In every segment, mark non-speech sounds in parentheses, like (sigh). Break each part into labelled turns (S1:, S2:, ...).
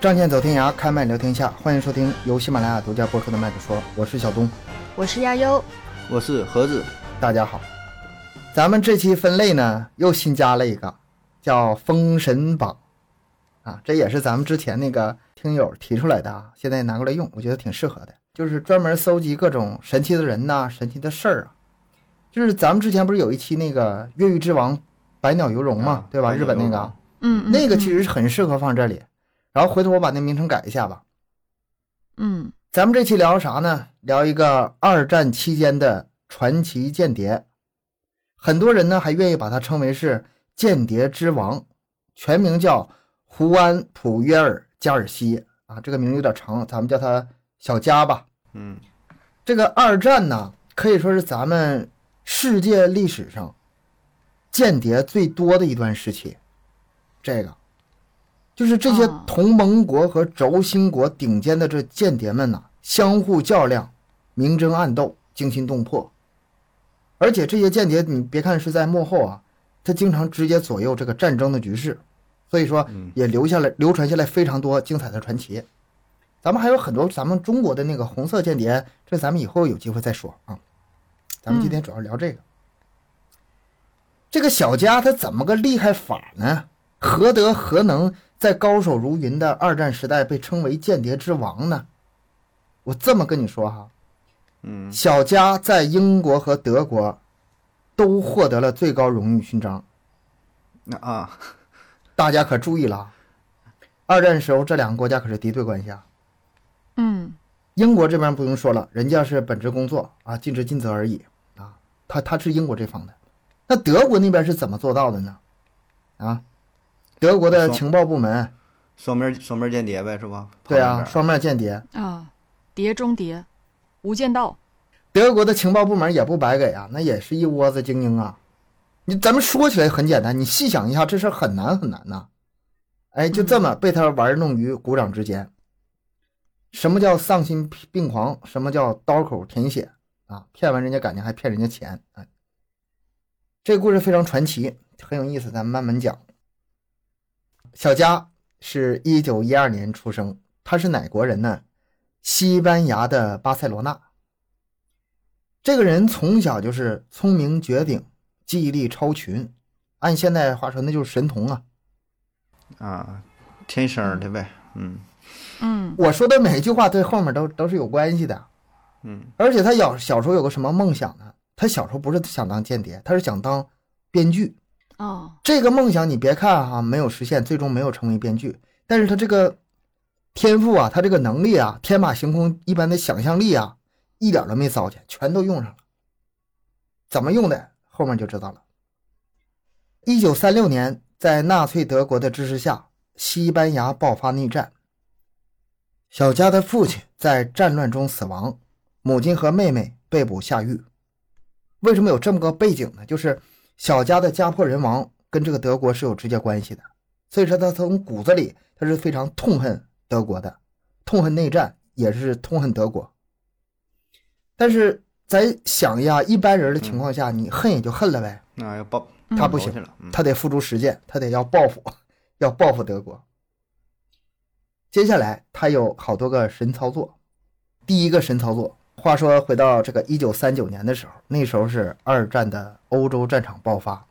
S1: 仗剑走天涯，开麦聊天下。欢迎收听由喜马拉雅独家播出的《麦子说》，我是小东。
S2: 我是亚优，
S3: 我是盒子，
S1: 大家好，咱们这期分类呢又新加了一个叫《封神榜》啊，这也是咱们之前那个听友提出来的啊，现在拿过来用，我觉得挺适合的，就是专门搜集各种神奇的人呐、神奇的事儿啊。就是咱们之前不是有一期那个越狱之王百鸟游龙嘛，
S3: 啊
S1: 对吧？
S3: 百鸟
S1: 日本那
S3: 游
S1: 个
S3: 龙
S1: 啊，
S2: 嗯，
S1: 那个
S2: 嗯
S1: 其实很适合放这里。然后回头我把那名称改一下吧。
S2: 嗯，
S1: 咱们这期聊啥呢？聊一个二战期间的传奇间谍，很多人呢还愿意把他称为是间谍之王，全名叫胡安·普约尔·加尔西啊，这个名字有点长，咱们叫他小加吧。
S3: 嗯，
S1: 这个二战呢，可以说是咱们世界历史上间谍最多的一段时期。这个就是这些
S2: 哦
S1: 同盟国和轴心国顶尖的这间谍们呐、相互较量，明争暗斗，惊心动魄。而且这些间谍，你别看是在幕后啊，他经常直接左右这个战争的局势，所以说
S3: 嗯
S1: 也留下来、流传下来非常多精彩的传奇。咱们还有很多咱们中国的那个红色间谍，这咱们以后有机会再说啊。咱们今天主要聊这个。这个小家他怎么个厉害法呢？何德何能，在高手如云的二战时代被称为间谍之王呢？我这么跟你说哈，
S3: 嗯，
S1: 小加在英国和德国都获得了最高荣誉勋章。
S3: 那啊，
S1: 大家可注意了啊，二战时候这两个国家可是敌对关系啊。
S2: 嗯，
S1: 英国这边不用说了，人家是本职工作啊，尽职尽责而已啊。他他是英国这方的，那德国那边是怎么做到的呢？啊，德国的
S3: 双
S1: 情报部门，
S3: 双面双面间谍呗，是吧？
S1: 对啊，
S3: 双
S1: 双面间谍，
S2: 啊，碟中谍，无间道，
S1: 德国的情报部门也不白给啊，那也是一窝子精英啊。你咱们说起来很简单，你细想一下，这事儿很难很难呐、哎，就这么被他玩弄于股掌之间。什么叫丧心病狂？什么叫刀口舔血啊？骗完人家感情还骗人家钱啊！这故事非常传奇，很有意思，咱们慢慢讲。小佳是一九一二年出生，他是哪国人呢？西班牙的巴塞罗那。这个人从小就是聪明绝顶，记忆力超群，按现代话说那就是神童啊。
S3: 啊，天生的呗，嗯
S2: 嗯
S1: 我说的每一句话对后面都都是有关系的。
S3: 嗯
S1: 而且他小小时候有个什么梦想呢？他小时候不是想当间谍，他是想当编剧。
S2: 哦，
S1: 这个梦想你别看哈、没有实现，最终没有成为编剧，但是他这个天赋啊，他这个能力啊，天马行空一般的想象力啊，一点都没糟践，全都用上了。怎么用的，后面就知道了。一九三六年，在纳粹德国的支持下，西班牙爆发内战。小佳的父亲在战乱中死亡，母亲和妹妹被捕下狱。为什么有这么个背景呢？就是小家的家破人亡跟这个德国是有直接关系的，所以说他从骨子里他是非常痛恨德国的，痛恨内战，也是痛恨德国。但是咱想一下，一般人的情况下，你恨也就恨了呗，
S3: 那要报
S2: 嗯
S1: 他不
S3: 报
S1: 行
S3: 去了，嗯
S1: 他得付诸实践，他得要报复，要报复德国。接下来他有好多个神操作，第一个神操作，话说回到这个一九三九年的时候，那时候是二战的欧洲战场爆发。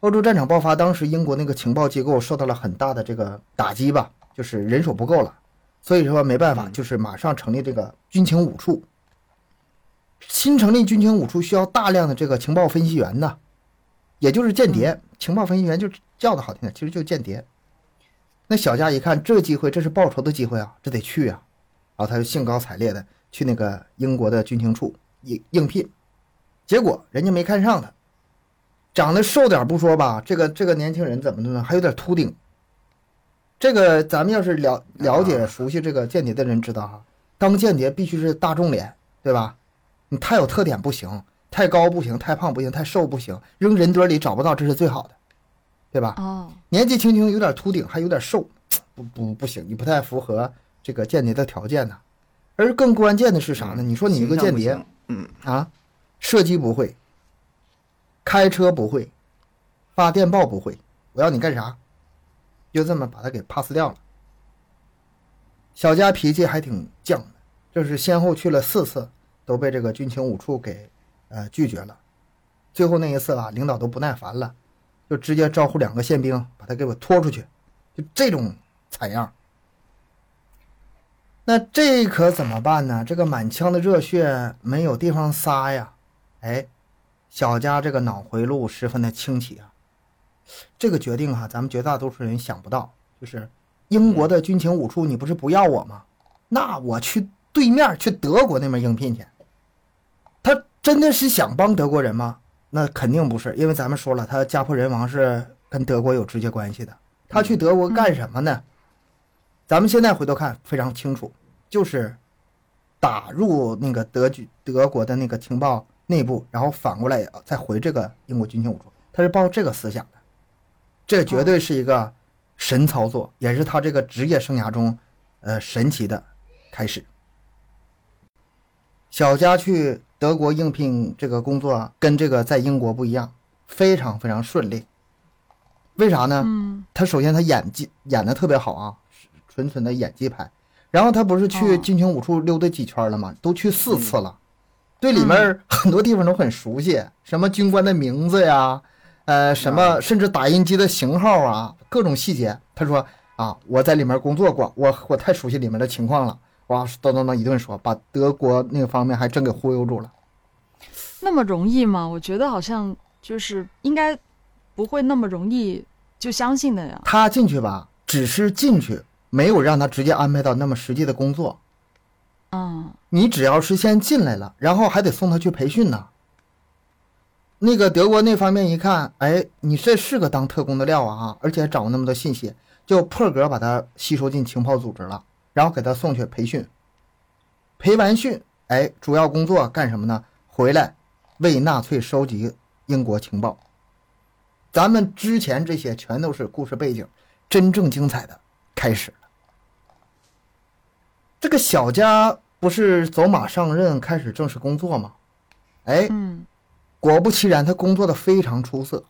S1: 欧洲战场爆发，当时英国那个情报机构受到了很大的这个打击吧，就是人手不够了，所以说没办法，
S3: 嗯
S1: 就是马上成立这个军情五处。新成立军情五处需要大量的这个情报分析员呐，也就是间谍。情报分析员就叫的好听点，其实就是间谍。那小佳一看这机会，这是报仇的机会啊，这得去啊，然后他就兴高采烈的去那个英国的军情处应应聘，结果人家没看上他，长得瘦点儿不说吧，这个这个年轻人怎么的呢？还有点秃顶。这个咱们要是了了解、
S3: 啊
S1: 熟悉这个间谍的人知道哈，当间谍必须是大众脸，对吧？你太有特点不行，太高不行，太胖不行，太瘦不行，扔人堆里找不到，这是最好的，对吧？
S2: 哦，
S1: 年纪轻轻有点秃顶，还有点瘦，不不不行，你不太符合这个间谍的条件呐、而更关键的是啥呢？你说你一个间谍，
S3: 嗯形象不行嗯
S1: 啊，射击不会，开车不会，发电报不会，我要你干啥？就这么把他给 pass 掉了。小家脾气还挺犟的，就是先后去了四次，都被这个军情五处给呃拒绝了。最后那一次啊，领导都不耐烦了，就直接招呼两个宪兵把他给我拖出去，就这种惨样。那这可怎么办呢？这个满腔的热血没有地方撒呀！哎，小佳这个脑回路十分的清奇啊。这个决定哈、啊咱们绝大多数人想不到，就是英国的军情五处，你不是不要我吗？那我去对面去德国那边应聘去。他真的是想帮德国人吗？那肯定不是，因为咱们说了，他家破人亡是跟德国有直接关系的。他去德国干什么呢？咱们现在回头看非常清楚，就是打入那个德军德国的那个情报内部，然后反过来啊再回这个英国军情五处，他是抱这个思想的。这绝对是一个神操作，也是他这个职业生涯中，呃，神奇的开始。小佳去德国应聘这个工作啊，跟这个在英国不一样，非常非常顺利。为啥呢？
S2: 嗯
S1: 他首先他演技演的特别好啊，纯纯的演技派。然后他不是去
S2: 哦
S1: 军情五处溜达几圈了吗？都去四次了，对里面 (laughs) 很多地方都很熟悉，什么军官的名字呀，呃，什么甚至打印机的型号啊，各种细节。他说啊，我在里面工作过，我我太熟悉里面的情况了。哇，咚咚咚一顿说，把德国那个方面还真给忽悠住了。
S2: 那么容易吗？我觉得好像就是应该不会那么容易就相信的呀。
S1: 他进去吧，只是进去，没有让他直接安排到那么实际的工作。
S2: 嗯
S1: 你只要是先进来了，然后还得送他去培训呢。那个德国那方面一看，哎，你这是个当特工的料啊，而且还掌握那么多信息，就破格把他吸收进情报组织了，然后给他送去培训。培完训，哎，主要工作干什么呢？回来为纳粹收集英国情报。咱们之前这些全都是故事背景，真正精彩的开始。这个小家不是走马上任开始正式工作吗？哎，
S2: 嗯
S1: 果不其然，他工作的非常出色，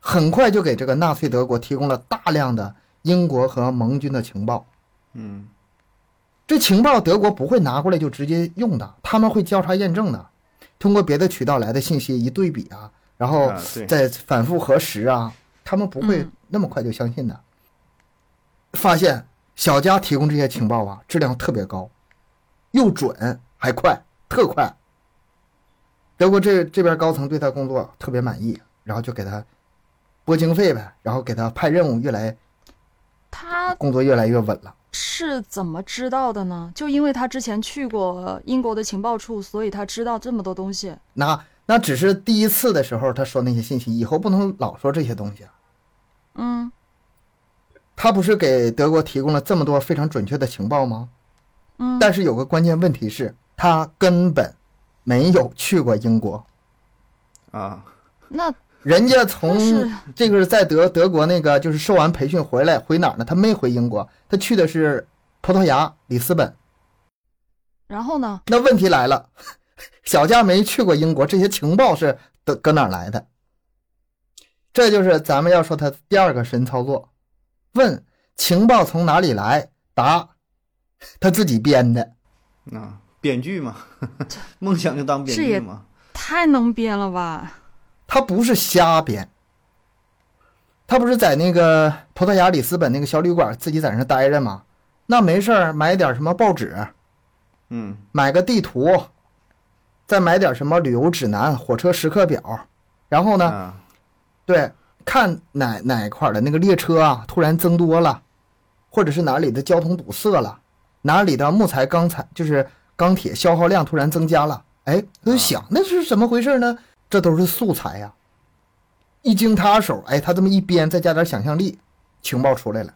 S1: 很快就给这个纳粹德国提供了大量的英国和盟军的情报。
S3: 嗯
S1: 这情报德国不会拿过来就直接用的，他们会交叉验证的，通过别的渠道来的信息一对比啊，然后
S3: 啊对
S1: 再反复核实啊，他们不会
S2: 嗯
S1: 那么快就相信的。发现小佳提供这些情报啊，质量特别高，又准还快，特快。德国这这边高层对他工作特别满意，然后就给他拨经费呗，然后给他派任务，越来
S2: 他
S1: 工作越来越稳了。
S2: 是怎么知道的呢？就因为他之前去过英国的情报处，所以他知道这么多东西。
S1: 那那只是第一次的时候，他说那些信息，以后不能老说这些东西啊。
S2: 嗯
S1: 他不是给德国提供了这么多非常准确的情报吗？
S2: 嗯，
S1: 但是有个关键问题是，他根本没有去过英国。
S3: 啊，
S2: 那
S1: 人家
S2: 但是
S1: 从这个是在德德国那个就是受完培训回来回哪儿呢？他没回英国，他去的是葡萄牙里斯本。
S2: 然后呢？
S1: 那问题来了，小佳没去过英国，这些情报是搁搁哪儿来的？这就是咱们要说他第二个神操作，问情报从哪里来？答，他自己编的。
S3: 啊，编剧嘛， (laughs) 梦想就当编
S2: 是也
S3: 剧嘛，
S2: 太能编了吧？
S1: 他不是瞎编，他不是在那个葡萄牙里斯本那个小旅馆自己在那待着吗？那没事儿买点什么报纸，
S3: 嗯
S1: 买个地图，再买点什么旅游指南、火车时刻表，然后呢，
S3: 啊，
S1: 对，看哪哪一块儿的那个列车啊突然增多了，或者是哪里的交通堵塞了，哪里的木材、钢材就是钢铁消耗量突然增加了，哎，他就
S3: 啊
S1: 想那是怎么回事呢？这都是素材呀、一经他手，哎，他这么一编，再加点想象力，情报出来了。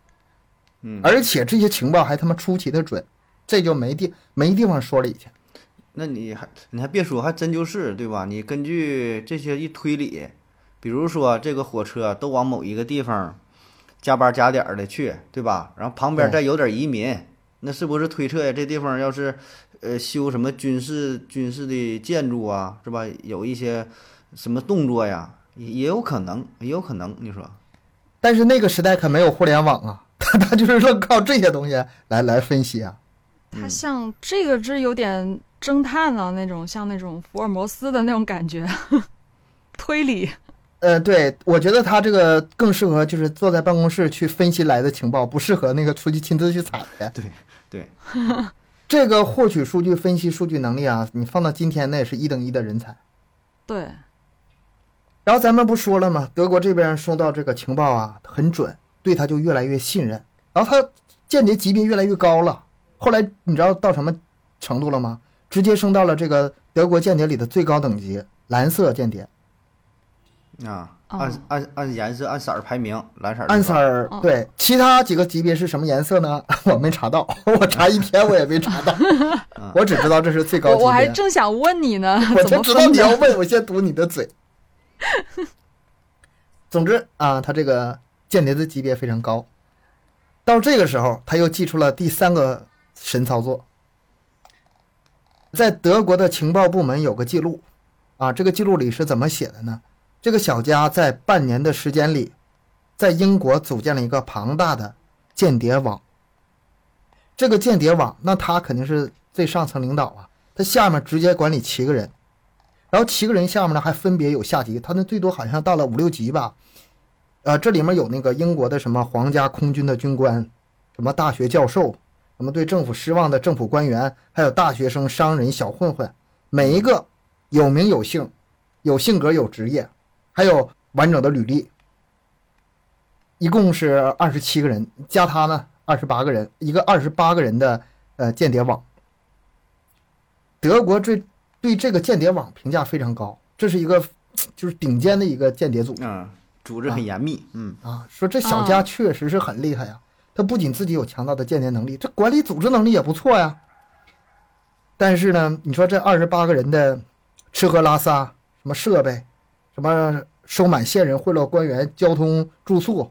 S3: 嗯，
S1: 而且这些情报还他妈出奇的准，这就没地没地方说理去。
S3: 那你还你还别说，还真就是对吧？你根据这些一推理，比如说这个火车都往某一个地方加班加点儿的去，对吧？然后旁边
S1: 对
S3: 再有点移民，那是不是推测呀？这地方要是呃修什么军事军事的建筑啊，是吧？有一些什么动作呀，也也有可能，也有可能。你说
S1: 但是那个时代可没有互联网啊， (laughs) 他他就是说靠这些东西来来分析啊。
S2: 它像这个是有点侦探啊那种，像那种福尔摩斯的那种感觉， (laughs) 推理。
S1: 呃，对，我觉得他这个更适合就是坐在办公室去分析来的情报，不适合那个出去亲自去采的。
S3: 对对，
S1: 这个获取数据、分析数据能力啊，你放到今天那也是一等一的人才。
S2: 对，
S1: 然后咱们不说了吗？德国这边收到这个情报啊，很准，对他就越来越信任。然后他间谍级别越来越高了，后来你知道到什么程度了吗？直接升到了这个德国间谍里的最高等级——蓝色间谍。
S3: 啊，
S2: 哦
S3: 按按按颜色按色儿排名，蓝色儿
S1: 暗
S3: 最
S1: 色
S3: 高
S1: 儿
S2: 哦
S1: 对，其他几个级别是什么颜色呢？ (laughs) 我没查到，我查一天我也没
S2: (laughs)
S1: 查到
S3: 嗯，
S1: 我只知道这是最高
S2: 我
S1: 级别。
S2: 我还正想问你呢， (laughs)
S1: 我
S2: 怎
S1: 就
S2: 么
S1: 知道
S2: 分
S1: 你要
S2: 的？
S1: 问，我先堵你的嘴。总之啊，他这个间谍的级别非常高。到这个时候，他又祭出了第三个神操作。在德国的情报部门有个记录，啊，这个记录里是怎么写的呢？这个小家在半年的时间里，在英国组建了一个庞大的间谍网。这个间谍网，那他肯定是最上层领导啊，他下面直接管理七个人，然后七个人下面呢还分别有下级，他那最多好像到了五六级吧。呃，这里面有那个英国的什么皇家空军的军官，什么大学教授，什么对政府失望的政府官员，还有大学生、商人、小混混，每一个有名有姓，有性格有职业，还有完整的履历，一共是二十七个人，加他呢二十八个人，一个二十八个人的呃间谍网。德国对对这个间谍网评价非常高，这是一个就是顶尖的一个间谍组织
S3: 嗯，组织很严密，嗯
S1: 啊。说这小家
S2: 啊
S1: 确实是很厉害呀、他不仅自己有强大的间谍能力，这管理组织能力也不错呀。但是呢，你说这二十八个人的吃喝拉撒、什么设备、什么收买线人、贿赂官员、交通住宿，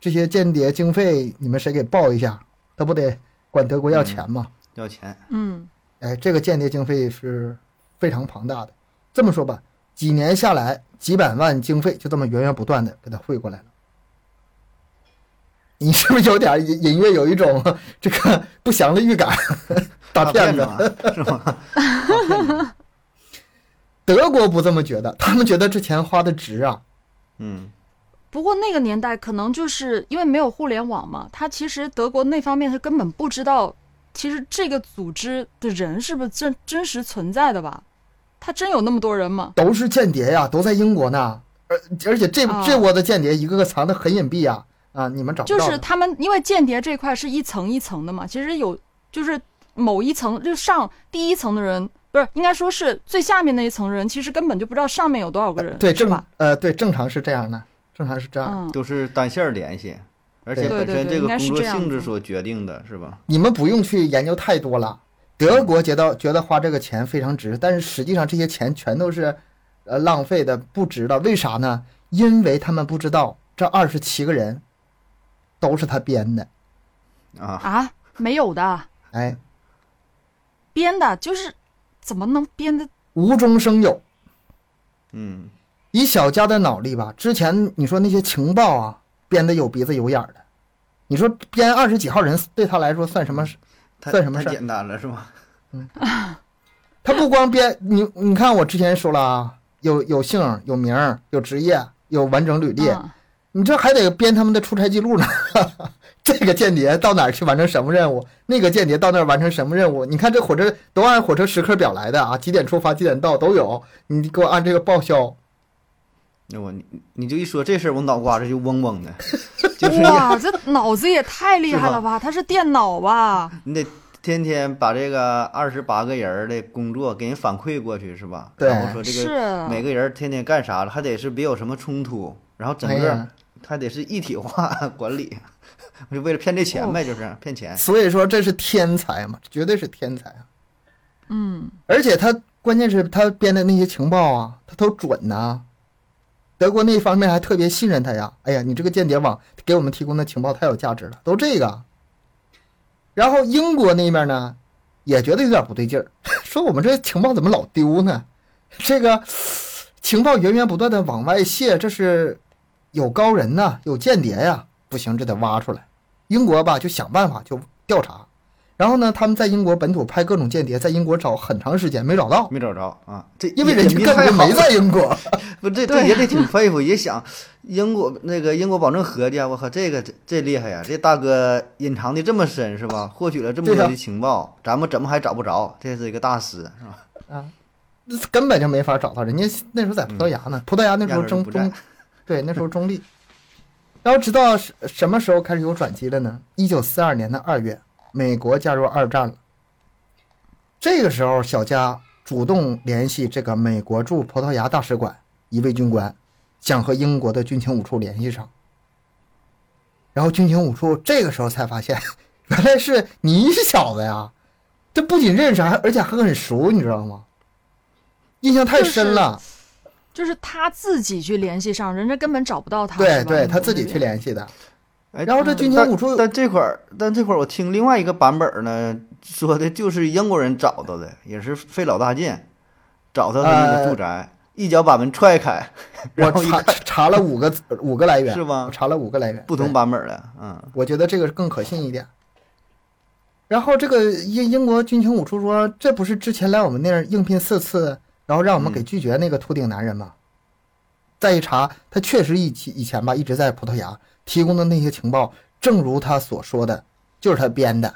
S1: 这些间谍经费，你们谁给报一下？他不得管德国要钱吗？
S3: 要钱，
S2: 嗯，
S1: 哎，这个间谍经费是非常庞大的。这么说吧，几年下来，几百万经费就这么源源不断的给他汇过来了。你是不是有点隐隐约有一种这个不祥的预感？打骗子，
S3: 嘛是吗？
S1: 德国不这么觉得，他们觉得这钱花的值啊。
S3: 嗯，
S2: 不过那个年代可能就是因为没有互联网嘛，他其实德国那方面他根本不知道，其实这个组织的人是不是真真实存在的吧？他真有那么多人吗？
S1: 都是间谍呀，都在英国呢。而而且这
S2: 哦
S1: 这窝的间谍一个个藏的很隐蔽呀，啊，你们找不
S2: 就
S1: 到
S2: 是
S1: 的。
S2: 他们，因为间谍这块是一层一层的嘛，其实有就是某一层，就上第一层的人，不是应该说是最下面那一层的人，其实根本就不知道上面有多少个人，
S1: 对呃
S2: 是
S1: 正
S2: 吧？
S1: 呃对正常是这样的，正常是这样的。
S2: 嗯，
S3: 都是单线儿联系，而且
S1: 对
S3: 本
S2: 对
S3: 身
S2: 对
S3: 这个
S2: 应该
S3: 工
S2: 是
S3: 作
S2: 这样
S3: 性质
S2: 子
S3: 所决定的，是吧？
S1: 你们不用去研究太多了。德国觉得觉得花这个钱非常值，但是实际上这些钱全都是，呃，浪费的，不值的。为啥呢？因为他们不知道这二十七个人都是他编的。
S3: 啊，
S2: 啊，没有的，
S1: 哎，
S2: 编的就是怎么能编的？
S1: 无中生有。
S3: 嗯，
S1: 以小家的脑力吧，之前你说那些情报啊，编的有鼻子有眼儿的。你说编二十几号人，对他来说算什么事？
S3: 太
S1: 算什么
S3: 太
S1: 事儿
S3: 简单了，是吧？ (laughs)
S1: 他不光编你，你看我之前说了啊，有有姓儿、有名儿、有职业、有完整履历，
S2: 嗯
S1: 你这还得编他们的出差记录呢。 (laughs) 这个间谍到哪儿去完成什么任务？那个间谍到那儿完成什么任务？你看这火车都按火车时刻表来的啊，几点出发，几点到都有。你给我按这个报销，
S3: 那我你你就一说这事儿，我脑瓜子就嗡
S1: (laughs)
S3: 嗡的，就是
S2: 哇，这脑子也太厉害了吧！他是电脑吧？
S3: 你得天天把这个二十八个人儿的工作给人反馈过去，是吧？
S1: 对
S3: 然后说这个
S2: 是啊
S3: 每个人天天干啥了，还得是别有什么冲突，然后整
S1: 哎
S3: 个
S1: 呀
S3: 还得是一体化 (laughs) 管理，就为了骗这钱
S2: 哦
S3: 呗，就是骗钱。
S1: 所以说这是天才嘛，绝对是天才啊！
S2: 嗯，
S1: 而且他关键是他编的那些情报啊，他都准呐、德国那方面还特别信任他呀。哎呀，你这个间谍网给我们提供的情报太有价值了，都这个。然后英国那面呢，也觉得有点不对劲儿，说我们这情报怎么老丢呢？这个情报源源不断的往外泄，这是有高人呐、有间谍呀、不行，这得挖出来。英国吧就想办法就调查，然后呢，他们在英国本土派各种间谍，在英国找很长时间没找到，
S3: 没找着啊。这
S1: 因为人
S3: 也
S1: 家
S3: 也
S1: 根本
S3: 太
S1: 就
S3: 好
S1: 没
S3: 了
S1: 在英国。
S3: (laughs) 不，这这
S2: 对
S1: (laughs)
S3: 也得挺佩服，也想英国那个英国保证合计啊，我靠，这个这这厉害呀、这大哥隐藏的这么深是吧？获取了这么
S1: 对
S3: 多
S1: 呀
S3: 的情报，咱们怎么还找不着？这是一个大师是吧？
S1: 根本就没法找到。人家那时候在葡萄牙
S3: 嗯
S1: 呢，葡萄牙那时
S3: 压
S1: 候
S3: 根儿就
S1: 中
S3: 不在
S1: 中，对，那时候中立。然后直到什什么时候开始有转机了呢？一九四二年的二月，美国加入二战了。这个时候，小加主动联系这个美国驻葡萄牙大使馆一位军官，想和英国的军情五处联系上。然后军情五处这个时候才发现，原来是你小子呀！这不仅认识，还而且还很熟，你知道吗？印象太深了。
S2: 就是他自己去联系上，人家根本找不到他。
S1: 对
S2: 啊是吧嗯
S1: 对，
S2: 英
S1: 他
S2: 国
S1: 自己
S2: 那边
S1: 去联系的。
S3: 哎，
S1: 然后这
S3: 但
S1: 军情五处
S3: 但这块儿，但这块儿我听另外一个版本儿呢，说的就是英国人找到的，也是费老大劲，找到他那个
S1: 呃
S3: 住宅，一脚把门
S1: (laughs)
S3: 踹开，
S1: 我
S3: 然后一
S1: 查
S3: 看
S1: 查了五个五个来源，
S3: 是吗
S1: 我查了五个来源，
S3: 不同
S1: 对
S3: 版本儿的，嗯，
S1: 我觉得这个更可信一点。然后这个英英国军情五处说，这不是之前来我们那儿应聘四次，然后让我们给拒绝那个秃顶男人吗？再一查，他确实以其以前吧一直在葡萄牙提供的那些情报，正如他所说的，就是他编的。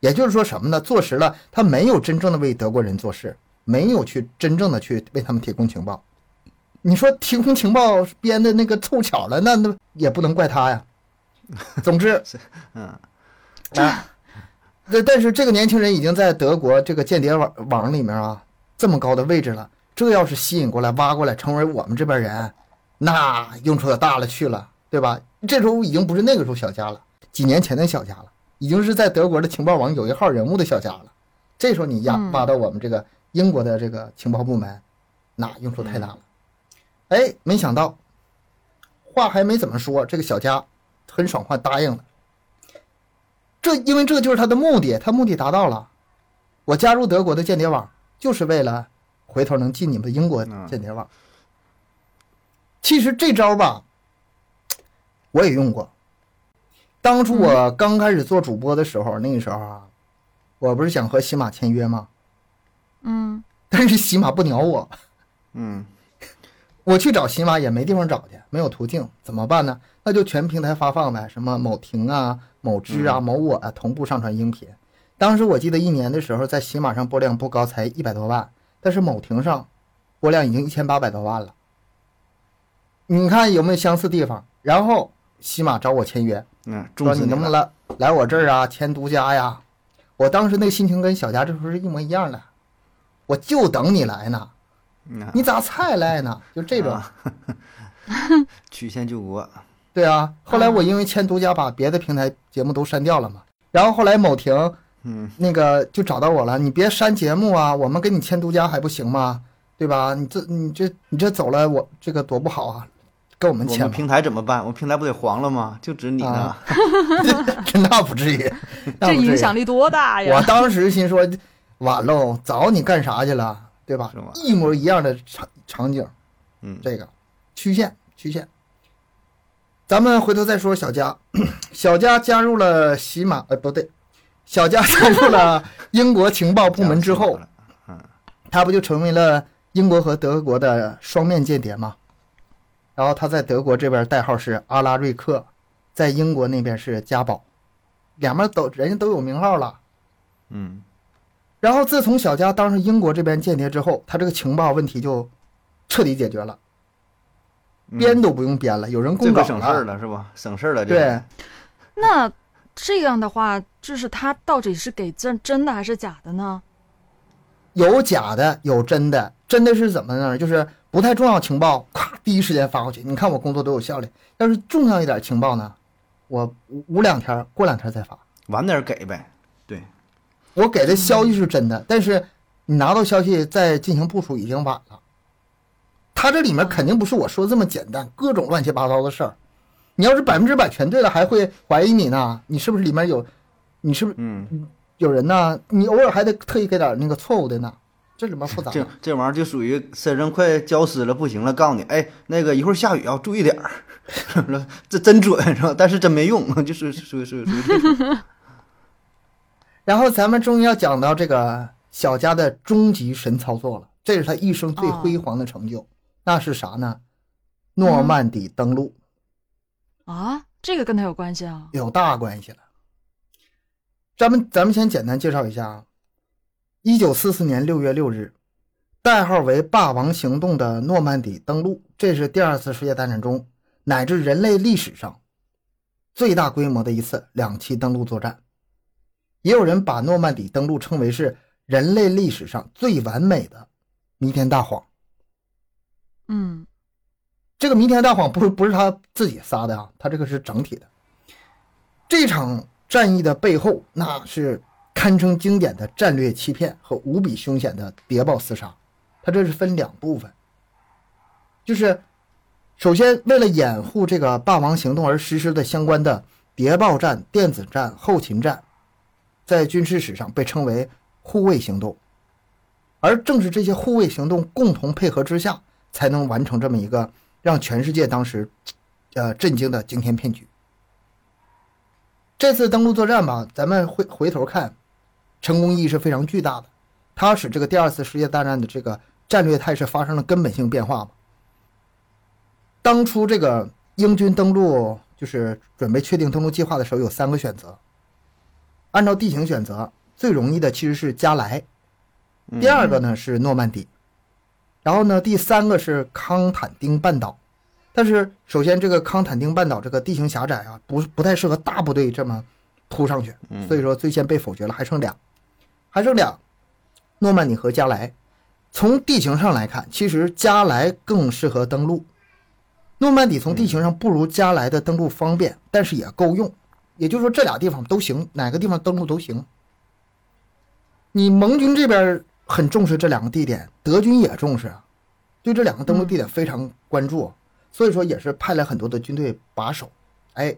S1: 也就是说什么呢？坐实了他没有真正的为德国人做事，没有去真正的去为他们提供情报。你说提供情报编的那个凑巧了，那那也不能怪他呀。 (laughs) 总之，
S3: 嗯，
S1: 啊，这但是这个年轻人已经在德国这个间谍网网里面啊这么高的位置了，这要是吸引过来、挖过来，成为我们这边人，那用处可大了去了，对吧？这时候已经不是那个时候小家了，几年前的小家了，已经是在德国的情报网有一号人物的小家了。这时候你压
S2: 嗯
S1: 挖到我们这个英国的这个情报部门，那用处太大了。哎，没想到，话还没怎么说，这个小家很爽快答应了。这因为这就是他的目的，他目的达到了。我加入德国的间谍网，就是为了回头能进你们的英国间谍网。其实这招吧，我也用过。当初我刚开始做主播的时候，那个时候啊，我不是想和喜马签约吗？
S2: 嗯，
S1: 但是喜马不鸟我，
S3: 嗯，
S1: 我去找喜马也没地方找去，没有途径，怎么办呢？那就全平台发放呗，什么某婷啊、某知啊、某我啊，同步上传音频。当时我记得一年的时候，在喜马上播量不高，才一百多万，但是某婷上播量已经一千八百多万了。你看有没有相似地方？然后喜马找我签约，
S3: 嗯，
S1: 说
S3: 重视
S1: 你能不能
S3: 了
S1: 来来我这儿啊，签独家呀？我当时那个心情跟小佳这时候是一模一样的，我就等你来呢，
S3: 嗯
S1: 你咋才来呢？就这种，
S3: 啊曲线救国，
S1: 对啊。后
S2: 嗯
S1: 来我因为签独家，把别的平台节目都删掉了嘛。然后后来某婷
S3: 嗯
S1: 那个就找到我了，你别删节目啊，我们跟你签独家还不行吗？对吧？你这你这你这走了，我这个多不好啊，跟我们
S3: 我
S1: 签
S3: 们
S1: 吧。
S3: 平台怎么办？我们平台不得黄了吗？就指你呢
S1: 啊， (laughs) 那不至
S2: (laughs)
S1: 于，那
S2: 这
S1: 不至
S2: 影
S1: 于
S2: 响力多大
S1: 我
S2: 呀！
S1: 当时心说，完喽，找你干啥去了，对吧
S3: 是吗？
S1: 一模一样的场场景，
S3: 嗯，
S1: 这个曲线曲线。咱们回头再说小佳，小佳加入了喜马，呃，不对，小佳 (laughs) 加入了英国情报部门之后，他不就成为了英国和德国的双面间谍吗？然后他在德国这边代号是阿拉瑞克，在英国那边是家宝，两边都人家都有名号了。
S3: 嗯，
S1: 然后自从小佳当上英国这边间谍之后，他这个情报问题就彻底解决了，
S3: 嗯
S1: 编都不用编了，有人
S3: 这
S1: 供稿啊
S3: 回省事儿了是吧？省事儿了，这
S1: 对
S3: 个，
S2: 那这样的话，就是他到底是给真真的还是假的呢？
S1: 有假的，有真的，真的是怎么呢？就是不太重要情报，咵第一时间发过去。你看我工作多有效率。要是重要一点情报呢，我捂捂两天，过两天再发。
S3: 晚点儿给呗。对，
S1: 我给的消息是真的，但是你拿到消息再进行部署已经晚了。他这里面肯定不是我说这么简单，各种乱七八糟的事儿。你要是百分之百全对了，还会怀疑你呢？你是不是里面有，你是不是
S3: 嗯
S1: 有人呢？你偶尔还得特意给点那个错误的呢。这里面复杂。
S3: 这这玩意儿就属于身上快浇湿了，不行了，告诉你，哎，那个一会儿下雨啊，注意点儿。 (laughs) 这真准是吧？但是真没用， (laughs) 就是属于属于属于这种。
S1: (laughs) 然后咱们终于要讲到这个小家的终极神操作了，这是他一生最辉煌的成就，那是啥呢？诺曼底登陆、
S2: 啊，这个跟他有关系啊？
S1: 有大关系了。咱们咱们先简单介绍一下啊，一九四四年六月六日，代号为“霸王行动”的诺曼底登陆，这是第二次世界大战中乃至人类历史上最大规模的一次两栖登陆作战。也有人把诺曼底登陆称为是人类历史上最完美的弥天大谎。
S2: 嗯，
S1: 这个弥天大谎不是不是他自己撒的啊，他这个是整体的。这场战役的背后，那是堪称经典的战略欺骗和无比凶险的谍报厮杀。它这是分两部分，就是首先为了掩护这个霸王行动而实施的相关的谍报战、电子战、后勤战，在军事史上被称为护卫行动。而正是这些护卫行动共同配合之下，才能完成这么一个让全世界当时，呃震惊的惊天骗局。这次登陆作战吧，咱们回回头看，成功意义是非常巨大的，它使这个第二次世界大战的这个战略态势发生了根本性变化嘛。当初这个英军登陆就是准备确定登陆计划的时候，有三个选择。按照地形选择，最容易的其实是加莱，第二个呢是诺曼底，然后呢第三个是康坦丁半岛。但是首先，这个康坦丁半岛这个地形狭窄啊，不不太适合大部队这么突上去，所以说最先被否决了，还剩俩，还剩俩，诺曼底和加莱。从地形上来看，其实加莱更适合登陆。诺曼底从地形上不如加莱的登陆方便，但是也够用。也就是说，这俩地方都行，哪个地方登陆都行。你盟军这边很重视这两个地点，德军也重视，啊，对这两个登陆地点非常关注。所以说也是派来很多的军队把守。哎，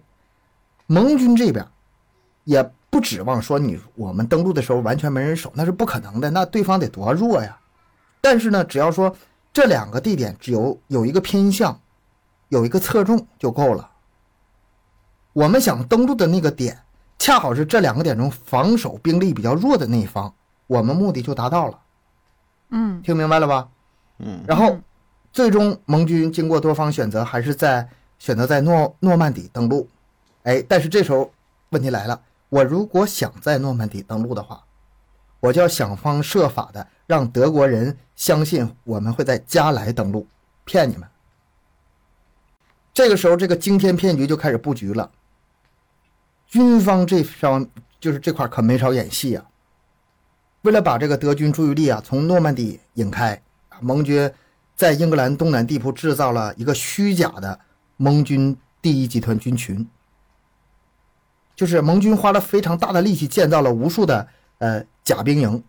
S1: 盟军这边也不指望说你我们登陆的时候完全没人守，那是不可能的，那对方得多弱呀。但是呢，只要说这两个地点只有有一个偏向，有一个侧重就够了。我们想登陆的那个点，恰好是这两个点中防守兵力比较弱的那一方，我们目的就达到了。
S2: 嗯
S1: 听明白了吧？
S3: 嗯，
S1: 然后，最终盟军经过多方选择，还是在选择在诺诺曼底登陆。哎，但是这时候问题来了，我如果想在诺曼底登陆的话，我就要想方设法的让德国人相信我们会在加莱登陆，骗你们。这个时候，这个惊天骗局就开始布局了。军方这方就是这块可没少演戏啊。为了把这个德军注意力啊从诺曼底引开，啊盟军在英格兰东南地区制造了一个虚假的盟军第一集团军群，就是盟军花了非常大的力气建造了无数的呃假兵营。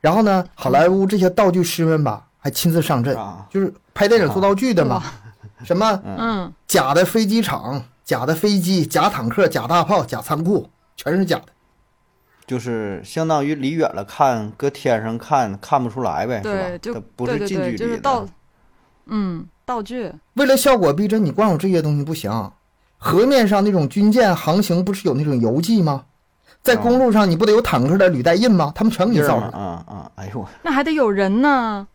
S1: 然后呢，好莱坞这些道具师们吧，还亲自上阵，
S3: 啊
S1: 就是拍电影做道具的嘛，什么
S2: 嗯
S1: 假的飞机场、假的飞机、假坦克、假大炮、假仓库，全是假的。
S3: 就是相当于离远了看，搁天上看看不出来呗，是吧
S2: 对，？就
S3: 它不
S2: 对
S3: 是
S2: 对
S3: 近距离的，
S2: 对，就是道，嗯，道具，
S1: 为了效果逼真，你光有这些东西不行。河面上那种军舰航行不是有那种游记吗？在公路上你不得有坦克的履带印吗？他们全给你
S3: 印儿
S1: 造
S3: 嘛
S1: 上了。
S3: 啊啊！哎呦我，
S2: 那还得有人呢。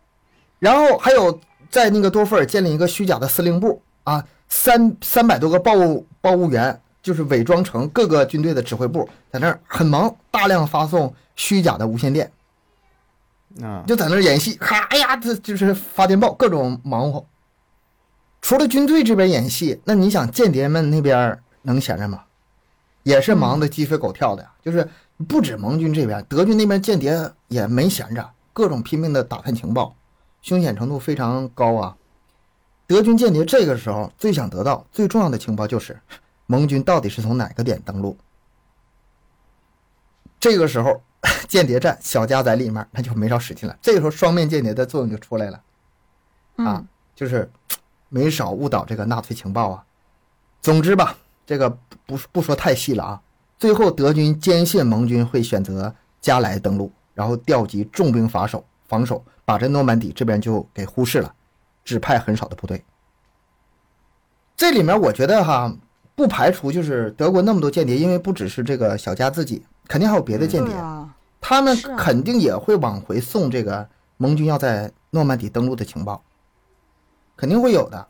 S1: 然后还有在那个多菲尔建立一个虚假的司令部啊，三三百多个报务报务员，就是伪装成各个军队的指挥部，在那儿很忙，大量发送虚假的无线电。
S3: 嗯，
S1: 就在那儿演戏，咔，哎呀，这就是发电报，各种忙活。除了军队这边演戏，那你想间谍们那边能闲着吗？也是忙得鸡飞狗跳的呀。就是不止盟军这边，德军那边间谍也没闲着，各种拼命的打探情报，凶险程度非常高啊。德军间谍这个时候最想得到最重要的情报就是，盟军到底是从哪个点登陆。这个时候， (laughs) 间谍战小家在里面那就没少使劲了。这个时候，双面间谍的作用就出来了，啊
S2: 嗯，
S1: 就是嘖没少误导这个纳粹情报啊。总之吧，这个不不不说太细了啊。最后，德军坚信盟军会选择加莱登陆，然后调集重兵防守，防守把这诺曼底这边就给忽视了，只派很少的部队。这里面我觉得哈，不排除就是德国那么多间谍，因为不只是这个小加自己，肯定还有别的间谍，
S2: 对啊，
S1: 他们
S2: 是啊
S1: 肯定也会往回送这个盟军要在诺曼底登陆的情报，肯定会有的。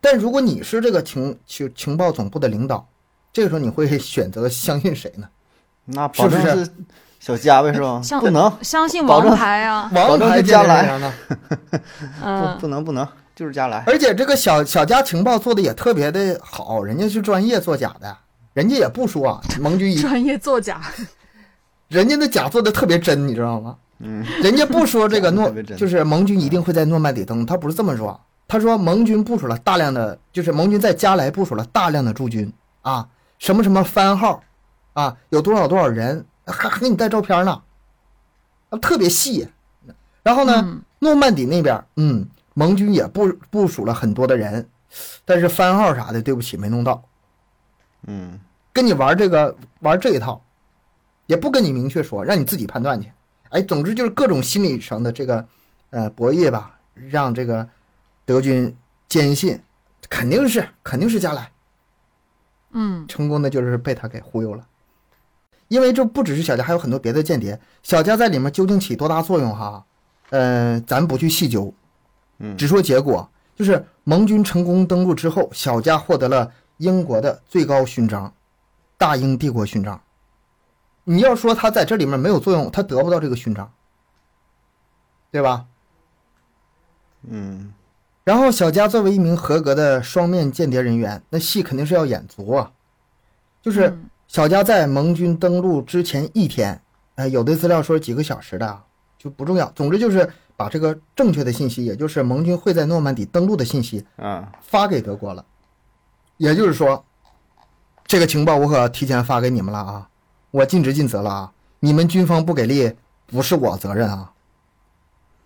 S1: 但如果你是这个情情情报总部的领导，这个时候你会选择相信谁呢？
S3: 那保证
S1: 是不
S3: 是小家呗，是吧？
S2: 像
S3: 不能，
S2: 相信
S3: 保
S2: 王
S3: 证 (laughs)
S2: 牌啊，
S1: (laughs) 王
S3: 证
S1: 牌
S3: 是
S1: 间
S3: 加
S1: 谍
S3: 莱
S1: 人呢？ (laughs)
S2: 嗯
S3: 不，不能不能，就是加来。
S1: 而且这个小小家情报做的也特别的好，人家是专业做假的，人家也不说啊，盟军一
S2: 专业作假，
S1: 人家那假做的特别真，你知道吗？
S3: 嗯，
S1: 人家不说
S3: (laughs)
S1: 这个诺
S3: 特别，真
S1: 就是盟军一定会在诺曼底登陆，他不是这么说，他说盟军部署了大量的，就是盟军在加莱部署了大量的驻军啊，什么什么番号，啊，有多少多少人，还还给你带照片呢，啊，特别细。然后呢，
S2: 嗯，
S1: 诺曼底那边，嗯，盟军也部部署了很多的人，但是番号啥的，对不起，没弄到。
S3: 嗯，
S1: 跟你玩这个玩这一套，也不跟你明确说，让你自己判断去。哎，总之就是各种心理上的这个呃博弈吧，让这个德军坚信肯定是肯定是加莱，
S2: 嗯，
S1: 成功的就是被他给忽悠了。因为这不只是小家，还有很多别的间谍。小家在里面究竟起多大作用哈？呃，咱不去细究，
S3: 嗯
S1: 只说结果，就是盟军成功登陆之后，小加获得了英国的最高勋章——大英帝国勋章。你要说他在这里面没有作用，他得不到这个勋章，对吧？
S3: 嗯，
S1: 然后小佳作为一名合格的双面间谍人员，那戏肯定是要演足啊。就是
S2: 嗯
S1: 小佳在盟军登陆之前一天，呃，有的资料说几个小时的啊，就不重要。总之就是把这个正确的信息，也就是盟军会在诺曼底登陆的信息
S3: 啊，
S1: 发给德国了。也就是说，这个情报我可提前发给你们了啊，我尽职尽责了啊，你们军方不给力不是我责任啊。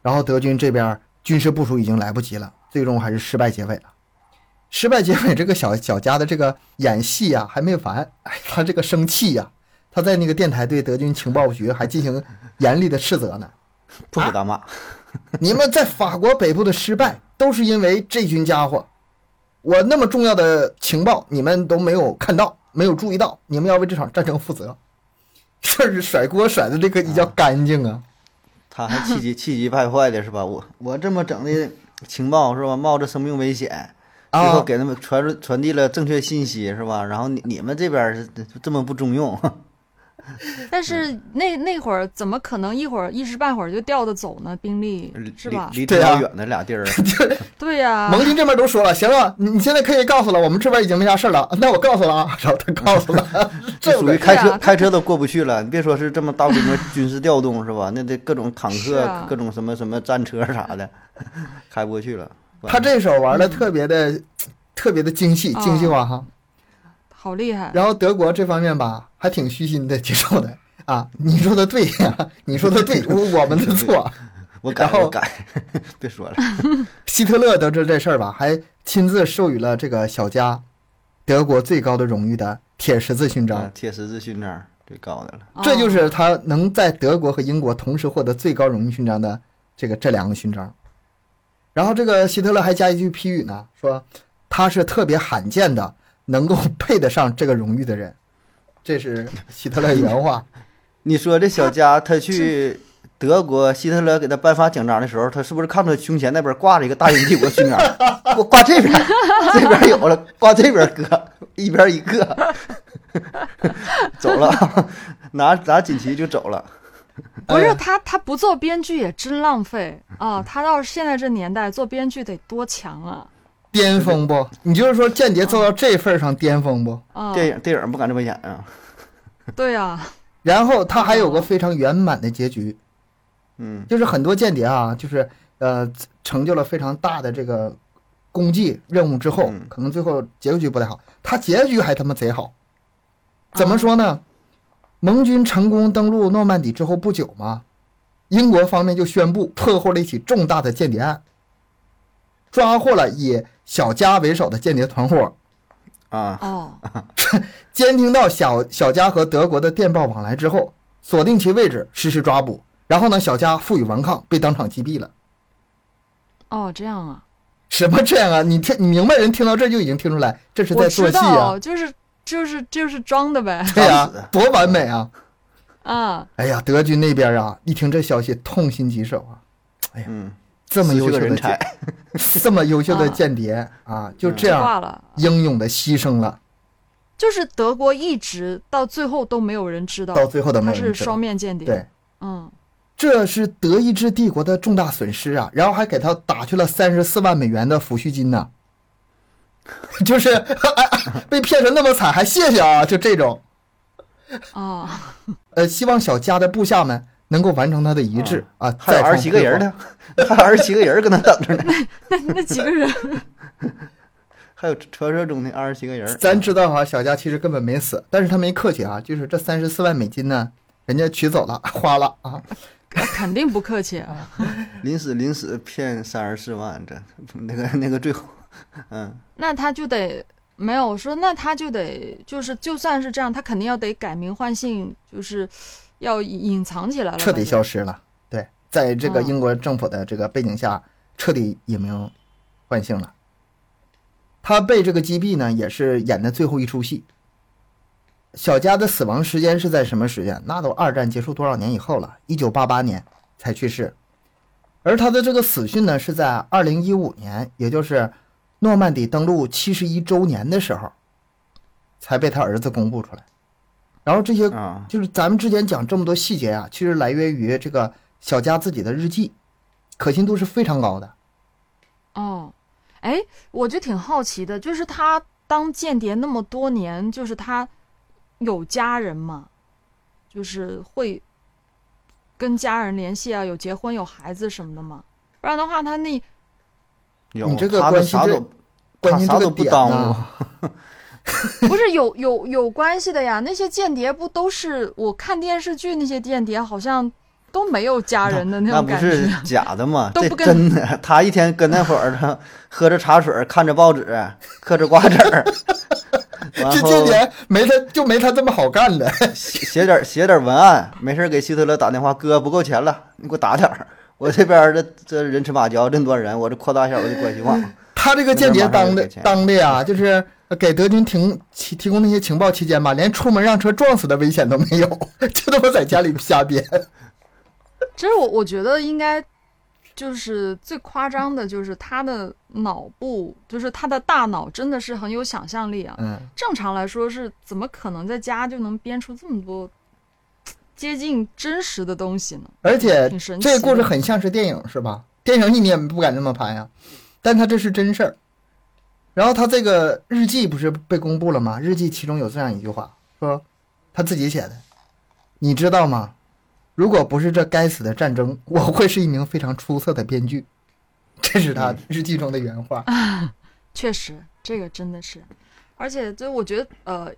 S1: 然后德军这边军事部署已经来不及了，最终还是失败结尾了。失败结尾，这个小小家的这个演戏呀、还没完，哎，他这个生气呀、他在那个电台对德军情报局还进行严厉的斥责呢。
S3: 破口大骂。
S1: 你们在法国北部的失败，都是因为这群家伙。我那么重要的情报，你们都没有看到，没有注意到，你们要为这场战争负责。这是甩锅甩的这个比较干净啊！
S3: 他还气急气急败坏的是吧？我我这么整的情报是吧？冒着生命危险，最
S1: 啊
S3: 后给他们传入传递了正确信息是吧？然后你你们这边儿是这么不中用，嗯
S2: 但是那那会儿怎么可能一会儿一时半会儿就调得走呢？兵力
S3: 离
S2: 是吧？
S3: 离
S1: 对
S3: 挺
S1: 啊
S3: 远的俩地儿，
S1: 就是
S2: 对呀，
S1: 盟军这边都说了，行了，你你现在可以告诉了，我们这边已经没啥事儿了。那我告诉了啊，然后他告诉了， (laughs)
S3: 这
S1: (laughs) 这
S3: 属于
S1: 个
S3: 开
S2: 对啊
S3: 车
S2: 他
S3: 开车都过不去了。你别说是这么大规模军事调动是吧？那得各种坦
S2: 是
S3: 克
S2: 啊、
S3: 各种什么什么战车啥的， (laughs) 开不过去了。
S1: 他这手玩的特别的、特别的精细
S2: 啊
S1: 精细化哈。
S2: 好厉害，
S1: 然后德国这方面吧，还挺虚心的接受的啊。你说的对呀、你说的对，我我们的错。
S3: 我改
S1: 然后嗯
S3: 我改， (laughs) 别说了，
S1: 希特勒得知这事儿吧，还亲自授予了这个小加德国最高的荣誉的铁十字勋章
S3: 啊。贴十字勋章最高的了。
S2: 哦
S1: 这就是他能在德国和英国同时获得最高荣誉勋章的这个这两个勋章。然后这个希特勒还加一句批语呢，说他是特别罕见的能够配得上这个荣誉的人，这是希特勒原话。
S3: 你说这小
S1: (laughs)
S3: 佳他去德国，希特勒给他颁发奖章的时候，他是不是看他胸前那边挂着一个大英帝国勋章？给我挂这边，这边有了，挂这边搁，一边一个， (laughs) 走了，拿拿锦旗就走了。
S2: 不
S1: 哎
S2: 是
S1: 呀嗯
S2: 他，他不做编剧也真浪费啊！他到现在这年代做编剧得多强啊！
S1: 巅峰不？你就是说间谍做到这份儿上巅峰不？
S2: 啊，
S3: 电影电影不敢这么演啊，
S1: (laughs)
S2: 对啊，
S1: 然后他还有个非常圆满的结局，
S3: 嗯
S1: 就是很多间谍啊，就是呃成就了非常大的这个功绩任务之后
S3: 嗯，
S1: 可能最后结局不太好，他结局还他妈贼好，怎么说呢？盟军成功登陆诺曼底之后不久嘛，英国方面就宣布破获了一起重大的间谍案，抓获了以小加为首的间谍团伙。
S3: 啊，
S2: 哦，
S1: 监听到小小加和德国的电报往来之后，锁定其位置，实施抓捕，然后呢，小加负隅顽抗，被当场击毙了。
S2: 哦，这样啊，
S1: 什么这样啊？你听，你明白人听到这就已经听出来，这是
S2: 我
S1: 在做
S2: 知
S1: 戏啊 (laughs) 哎
S2: 道，！就是就是就是装的呗，
S1: 对呀、
S3: 装死
S1: 多完美啊！
S2: 啊，
S1: 哎呀，德军那边啊，一听这消息，痛心疾首啊！
S3: 嗯，
S1: 这么
S3: 失
S1: 优
S3: 去
S1: 秀
S3: 个
S1: 的
S3: 人
S1: 间
S3: 才，，
S1: (laughs)
S3: (laughs)
S1: 这么优秀的
S2: (laughs) 啊
S1: 间谍啊，就
S3: 嗯
S1: 这
S2: 就
S1: 样
S2: 挂了。
S1: 英勇的牺牲了，
S2: 就是德国一直到最后都没有人知道
S1: 到最后都没
S2: 他
S1: 有人
S2: 是
S1: 知
S2: 双
S1: 道。
S2: 面间谍。
S1: 对，
S2: 嗯，
S1: 这是德意志帝国的重大损失啊！然后还给他打去了三十四万美元的抚恤金呢、 (laughs) 就是 (laughs) 被骗成那么惨，还谢谢啊！就这种，
S2: 哦，
S1: 呃，希望小加的部下们能够完成他的遗志啊，
S3: 还有
S1: 再
S3: 二
S1: 创
S3: 十七个人
S1: 辉煌
S3: 呢， (laughs) 还有二十七个人搁那等着呢， (laughs)
S2: 那 (laughs) 那几个人，
S3: 还有传说中的二十七个人。
S1: 咱知道啊，小佳其实根本没死，但是他没客气啊，就是这三十四万美金呢，人家取走了， (laughs) 花了啊。
S2: 肯定不客气啊。
S3: 临死临死骗三十四万，这 (laughs) 那个那个最后，嗯，
S2: 那他就得没有我说，那他就得就是，就算是这样，他肯定要得改名换姓，就是要隐藏起来了吧，
S1: 彻底
S2: 就
S1: 消失了。对，在这个
S2: 嗯
S1: 英国政府的这个背景下，彻底隐名换姓了。他被这个击毙呢，也是演的最后一出戏。小佳的死亡时间是在什么时间？那都二战结束多少年以后了？一九八八年才去世，而他的这个死讯呢，是在二零一五年，也就是诺曼底登陆七十一周年的时候，才被他儿子公布出来。然后这些
S3: 啊，
S1: 就是咱们之前讲这么多细节啊，其实来源于这个小佳自己的日记，可信度是非常高的。
S2: 哦，哎，我就挺好奇的，就是他当间谍那么多年，就是他有家人吗？就是会跟家人联系啊，有结婚有孩子什么的吗？不然的话，他那
S3: 有
S1: 你这个
S3: 他们
S1: 关系
S3: 啥
S1: 这
S3: 都
S1: 关键
S3: 他
S1: 这
S3: 啥
S1: 个
S3: 都不
S1: 点
S3: 耽误
S1: 呢，， (laughs)
S2: 不是有有有关系的呀？那些间谍不都是我看电视剧那些间谍，好像都没有家人的
S3: 那
S2: 种
S3: 不
S2: 感
S3: 是
S2: 觉。
S3: 假的吗？
S2: 都
S3: 这
S2: 不跟
S3: 真的，他一天跟那会儿他喝着茶水，看着报纸，嗑着瓜子儿，然
S1: 这
S3: 后
S1: 间谍没他就没他这么好干的。 (laughs)
S3: 写写点写点文案，没事儿给希特勒打电话，哥不够钱了，你给我打点儿。我这边儿这这人吃马嚼，任多人，我这扩大一下我的关系网。
S1: 他这个间谍当的
S3: 那边马上就给钱
S1: 当的呀，就是给德军提提提供那些情报期间吧，连出门让车撞死的危险都没有， (laughs) 就他妈在家里瞎编。
S2: 其实我我觉得应该就是最夸张的，就是他的脑部，就是他的大脑真的是很有想象力啊。
S1: 嗯，
S2: 正常来说是怎么可能在家就能编出这么多接近真实的东西呢？
S1: 而且
S2: 挺神奇
S1: 呃这
S2: 的
S1: 个故事很像是电影，是吧？电影你也不敢这么拍呀、但他这是真事儿。然后他这个日记不是被公布了吗？日记其中有这样一句话，说他自己写的，你知道吗？如果不是这该死的战争，我会是一名非常出色的编剧。 (laughs) 这是
S2: 嗯
S1: 他日记中的原话。
S2: 啊确实，这个真的是，而且就我觉得，呃，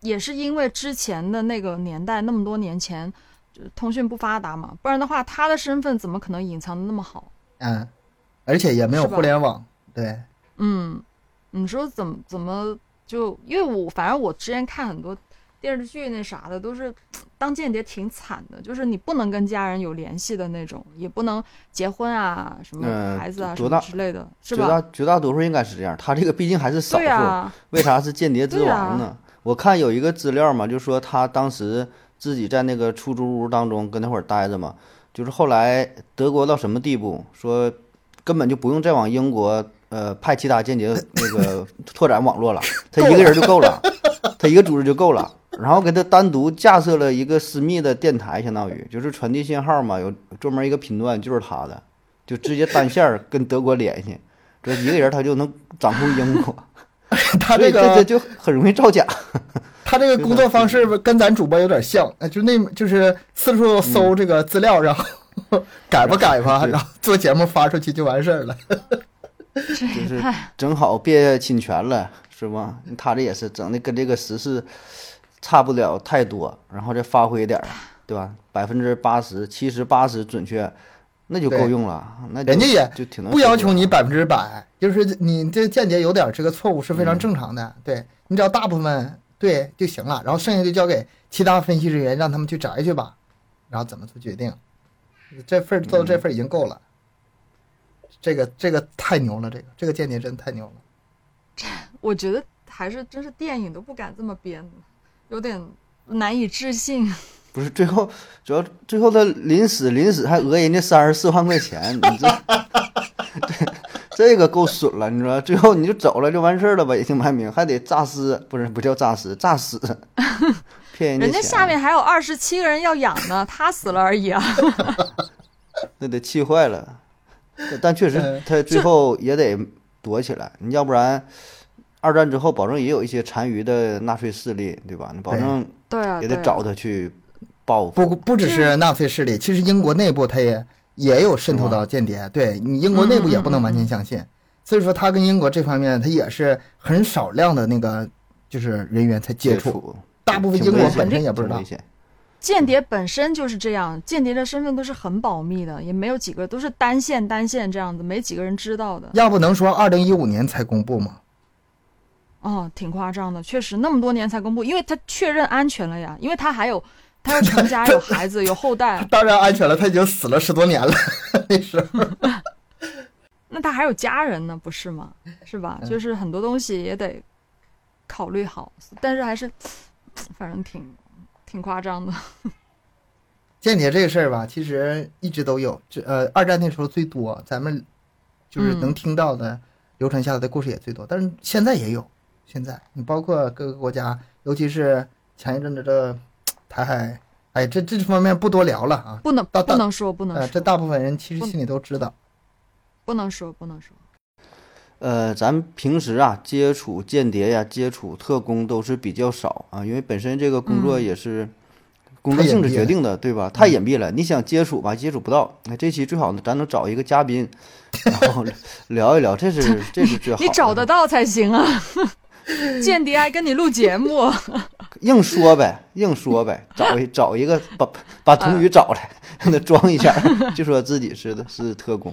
S2: 也是因为之前的那个年代，那么多年前，就通讯不发达嘛，不然的话，他的身份怎么可能隐藏的那么好？
S1: 嗯，而且也没有
S2: 是吧
S1: 互联网。对， (laughs)
S2: 嗯，你说怎么怎么就因为我反正我之前看很多电视剧那啥的，都是当间谍挺惨的，就是你不能跟家人有联系的那种，也不能结婚啊，什么
S3: 嗯
S2: 孩子啊、
S3: 多
S2: 什
S3: 大
S2: 么之类的，是
S3: 绝
S2: 吧
S3: 大？绝大多数应该是这样，他这个毕竟还是少数。
S2: 对啊，
S3: 为啥是间谍之王
S2: 对
S3: 呢？我看有一个资料嘛，就说他当时自己在那个出租屋当中跟那会儿待着嘛，就是后来德国到什么地步，说根本就不用再往英国呃派其他 (coughs) 间谍那个拓展网络了，他一个人就够了，他一个组织就够了。然后给他单独架设了一个私密的电台，相当于就是传递信号嘛，有专门一个频段就是他的，就直接单线儿跟德国联系，这一个人他就能掌控英国。
S1: 他
S3: 所
S1: 这
S3: 以
S1: 个
S3: 这就很容易造假。
S1: 他这个工作方式跟咱主播有点像，呃就那就是四处搜这个资料，然后 (laughs) 改吧改吧，
S3: 对
S1: 然后做节目发出去就完事儿了。
S2: 这
S3: 就
S2: 也
S3: 是
S2: 太
S3: 正好别侵权了，是吧？他这也是整的跟这个时事差不了太多，然后再发挥点儿，对吧？百分之八十、七十、八十准确，那就够
S1: 对
S3: 用了。那就
S1: 人家也
S3: 就挺能
S1: 不要求
S3: 说
S1: 你百分之百，就是你这间接有点这个错误是非常正常的，对你只要大部分对就行了，然后剩下就交给其他分析人员让他们去摘去吧，然后怎么做决定。这份儿做到这份儿已经够了。这个这个太牛了，这个这个间谍真太牛了。
S2: 我觉得还是真是电影都不敢这么编，有点难以置信。
S3: 不是最后，主要最后他临死临死还讹人家三十四万块钱，你这这这个够损了，你说最后你就走了就完事儿了吧，也挺蛮明，还得诈尸，不是不叫诈尸，诈死，骗
S2: 人
S3: 家
S2: 家
S3: 钱，
S2: 下面还有二十七个人要养呢，他死了而已啊。
S3: 那得气坏了。但但确实
S1: 嗯
S3: 他最后也得躲起来，你要不然二战之后保证也有一些残余的纳粹势力，对吧？你保证
S2: (laughs) 对啊，
S3: 也
S2: 对
S3: 得
S2: 啊
S3: 找他去报复。
S1: 不不只是纳粹势力，其实英国内部他也也有渗透到间谍。对你英国内部也不能完全相信，所以说他跟英国这方面他也是很少量的那个就是人员才接触，
S3: 触，
S1: 大部分英
S3: 挺危
S1: 国
S3: 险
S1: 本身也不知
S3: 挺
S1: 道
S3: 危。险
S2: 间谍本身就是这样，间谍的身份都是很保密的，也没有几个都是单线单线这样子，没几个人知道的。
S1: 要不能说二零一五年才公布吗？
S2: 哦，挺夸张的，确实那么多年才公布，因为他确认安全了呀，因为他还有他要
S3: (laughs)
S2: 成家、有孩子、有后代，
S1: 当然安全了，他已经死了十多年了， (laughs) 那时候。
S2: 那他还有家人呢，不是吗？是吧？就是很多东西也得考虑好，但是还是反正挺挺夸张的。
S1: 间谍这个事儿吧，其实一直都有。这呃，二战那时候最多，咱们就是能听到的、流传下来的故事也最多。但是现在也有，现在你包括各个国家，尤其是前一阵子这台海，哎，这这方面不多聊了啊。
S2: 不能
S1: 到到
S2: 不能说不能
S1: 呃，
S2: 说
S1: 这大部分人其实心里都知道。
S2: 不能说不能说，
S3: 呃，咱平时啊接触间谍呀、接触特工都是比较少啊，因为本身这个工
S2: 嗯
S3: 作也是工作性质决定的，对吧？太隐蔽了，你想接触吧，接触不到。那这期最好呢，咱能找一个嘉宾，然后 (laughs) 聊一聊，这是这是最好。
S2: 你找得到才行啊！ (laughs) 间谍还跟你录节目，
S3: 硬说呗，硬说呗，找一找一个把把童宇找来， (laughs) 让他装一下，就说自己是的是特工。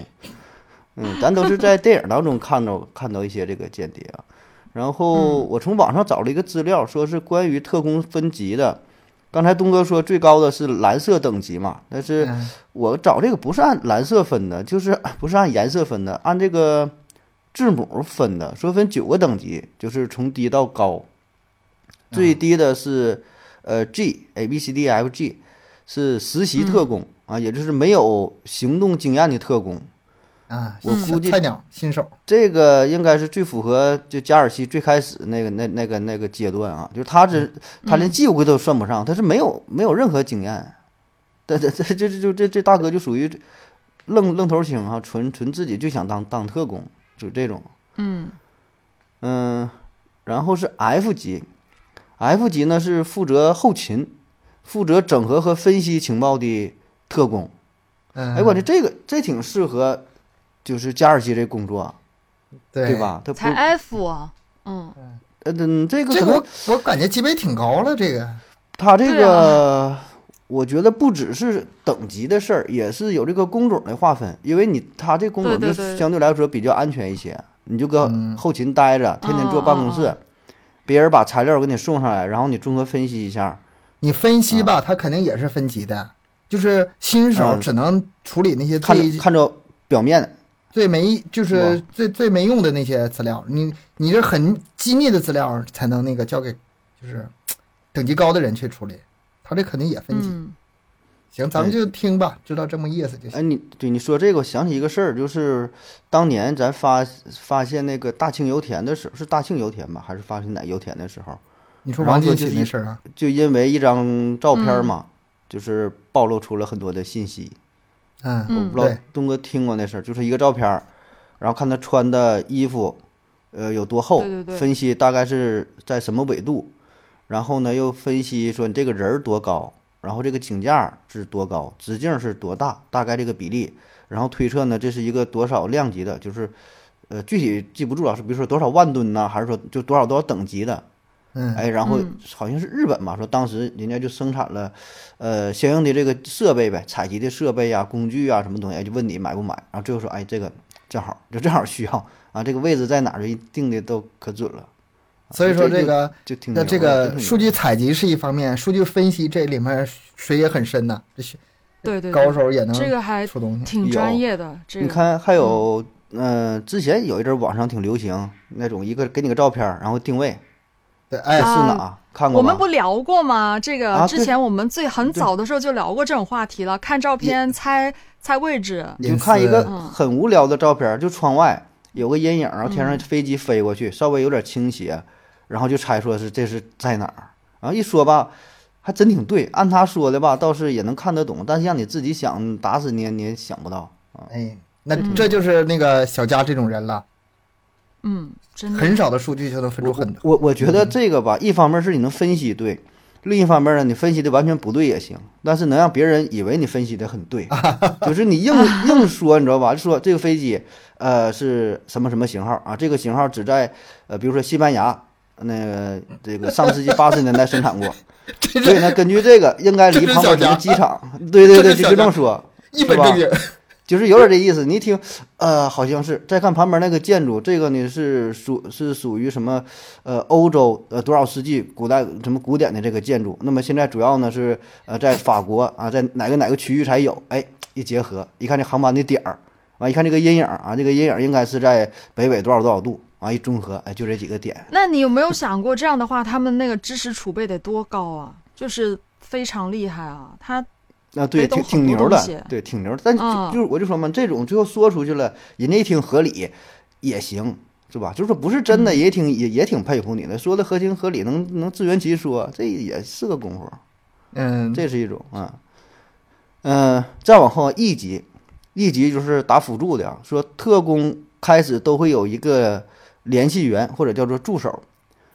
S3: 嗯，咱都是在电影当中看到看到一些这个间谍啊。然后我从网上找了一个资料，说是关于特工分级的。刚才东哥说最高的是蓝色等级嘛，但是
S1: 嗯
S3: 我找这个不是按蓝色分的，就是呃不是按颜色分的，按这个字母分的，说分九个等级，就是从低到高。最低的是呃 G A B C D E F G，是实习特工、啊，也就是没有行动经验的特工。
S1: 啊，
S3: 我
S1: 小
S3: 估计
S1: 菜鸟新手，
S3: 这个应该是最符合就加尔西最开始那个那那个那个阶段啊，就是他这他连技术都算不上，他是没有没有任何经验，这这这这就这这大哥就属于愣愣头青啊，纯纯自己就想当当特工，就这种。
S2: 嗯
S3: 嗯，然后是 F 级，F 级呢是负责后勤，负责整合和分析情报的特工。
S1: 嗯，
S3: 哎，我觉得这个这挺适合，就是加尔西这工作，啊
S1: 对
S3: 对？吧？他不
S2: 才，F 啊，嗯，
S3: 呃嗯，这个
S1: 这
S3: 可
S1: 个
S3: 能
S1: 我我感觉级别挺高了，这个
S3: 他这
S2: 对啊
S3: 个，我觉得不只是等级的事儿，也是有这个工种的划分，因为你他这工种
S2: 对
S3: 就
S2: 对对
S3: 相对来说比较安全一些，你就搁
S1: 嗯
S3: 后勤待着，天天坐办公
S2: 嗯
S3: 室，别人把材料给你送上来，然后你综合分析一下。
S1: 你分析吧，他肯定也是分级的，就是新手
S3: 啊嗯
S1: 只能处理那些
S3: 看
S1: 最
S3: 着看着表面，
S1: 最没就是
S3: 是
S1: 最最没用的那些资料，你你这很机密的资料才能那个交给就是等级高的人去处理，他这肯定也分级。
S2: 嗯，
S1: 行，咱们就听吧，知道这么意思就行。
S3: 哎，你对你说这个，我想起一个事儿，就是当年咱发发现那个大庆油田的时候，是大庆油田吧，还是发现哪油田的时候，
S1: 你说
S3: 然
S1: 王
S3: 后
S1: 进
S3: 就
S1: 喜
S3: 是
S1: 那事儿啊，
S3: 就因为一张照片嘛，就是暴露出了很多的信息。
S1: 嗯，
S2: 嗯嗯
S3: 我不知道
S1: 对
S3: 东哥听过那事儿，就是一个照片儿，然后看他穿的衣服，呃，有多厚，
S2: 对对对
S3: 分析大概是在什么纬度，然后呢又分析说你这个人儿多高，然后这个井架儿是多高，直径是多大，大概这个比例，然后推测呢这是一个多少量级的，就是呃具体记不住了，是比如说多少万吨呐、还是说就多少多少等级的，
S1: 嗯，
S3: 哎，然后
S2: 嗯
S3: 好像是日本嘛，说当时人家就生产了，呃，相应的这个设备呗，采集的设备啊、工具啊什么东西，哎，就问你买不买，然后最后说，哎，这个正好就正好需要啊，这个位置在哪儿就定的都可准了，啊
S1: 所以说
S3: 这
S1: 这个
S3: 就挺
S1: 那
S3: 牛
S1: 这
S3: 的
S1: 个数据，采集是一方面，数据分析这里面水也很深呐、这学
S2: 对对，对
S1: 高手也能
S2: 这个还
S1: 出东西。
S2: 挺专业的。这个
S3: 你看，还有，嗯、之前有一阵儿网上挺流行那种一个给你个照片儿，然后定位
S1: 对，
S3: 这
S1: 哎
S3: 是
S2: 啊，
S3: 哪？看过
S2: 我
S3: 吗？
S2: 们不聊过吗？这个、
S3: 啊对
S2: 之前我们最很早的时候就聊过这种话题了，看照片猜猜位置。
S3: 你就看一个
S1: 隐
S2: 私
S3: 很无聊的照片儿，就窗外有个阴影，然后天上飞机飞过去，稍微有点倾斜，然后就猜出来是这是在哪儿。然后一说吧，还真挺对，按他说的吧，倒是也能看得懂，但是让你自己想，打死你也你也想不到。
S1: 哎，那这就是那个小佳这种人了，
S2: 嗯，真的。
S1: 很少的数据就能分出很多。嗯
S3: 我我觉得这个吧，一方面是你能分析对，另一方面呢，你分析的完全不对也行，但是能让别人以为你分析的很
S1: (laughs)
S3: 对，就是你硬硬说，你知道吧？就说这个飞机，呃，是什么什么型号啊？这个型号只在呃，比如说西班牙。那个这个上世纪八十年代生
S1: (laughs)
S3: 产过，所以呢，根据这个应该
S1: 这
S3: 离
S1: 是
S3: 旁
S1: 小
S3: 边什么
S1: 家
S3: 机场？对对
S1: 这
S3: 对，
S1: 是
S3: 就
S1: 小
S3: 就这
S1: 家
S3: 么说，
S1: 一本正经，
S3: 就是有点这意思。你一听，呃，好像是。再看旁边那个建筑，这个呢是属是属于什么？呃，欧洲呃多少世纪古代什么古典的这个建筑？那么现在主要呢是呃在法国啊，在哪个哪个区域才有？哎，一结合，一看这航班的点儿，完、一看这个阴影啊，这个阴影应该是在北纬多少多少度？完、一综合，哎，就这几个点。
S2: 那你有没有想过，这样的话，他们那个知识储备得多高啊？就是非常厉害啊！他
S3: 那、对，
S2: 北斗
S3: 挺
S2: 好
S3: 挺
S2: 哎多
S3: 牛
S2: 东
S3: 的
S2: 西，
S3: 对，挺牛的。但就、
S2: 嗯
S3: 就是我就说嘛，这种最后说出去了，人家一听合理也行，是吧？就是说不是真
S2: 嗯
S3: 的，也挺也也挺圆佩服你的，说的合情合理，能能自圆其说，这也是个功夫，
S1: (laughs) 嗯，
S3: 这是一种啊。嗯、再往后一级，一级就是打辅助的啊，说特工开始都会有一个联系员或者叫做助手，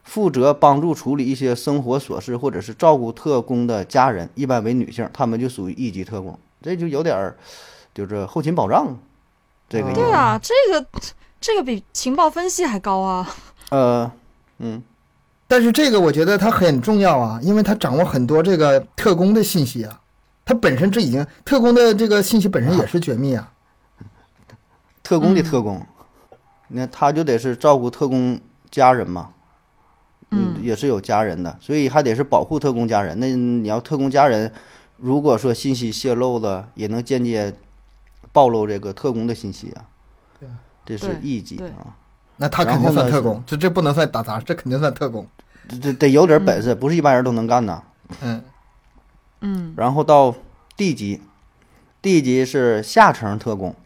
S3: 负责帮助处理一些生活琐事，或者是照顾特工的家人，一般为女性，他们就属于一级特工，这就有点儿就是后勤保障这个意思。
S2: 对啊，这个这个比情报分析还高啊！
S3: 呃，嗯，
S1: 但是这个我觉得它很重要啊，因为它掌握很多这个特工的信息啊，它本身这已经特工的这个信息本身也是绝密啊。
S3: 特工
S2: 嗯
S3: 的特工，你看他就得是照顾特工家人嘛，
S2: 嗯
S3: 也是有家人的，所以还得是保护特工家人。那你要特工家人，如果说信息泄露了，也能间接暴露这个特工的信息啊。这是
S2: 对
S3: 一级
S2: 对
S3: 啊，
S1: 那他肯定算特工，这这不能算打杂，这肯定算特工。
S3: 这这得有点本事，不是一般人都能干呐。
S1: 嗯，
S2: 嗯
S3: 然后到 D 级，D 级是下层特工，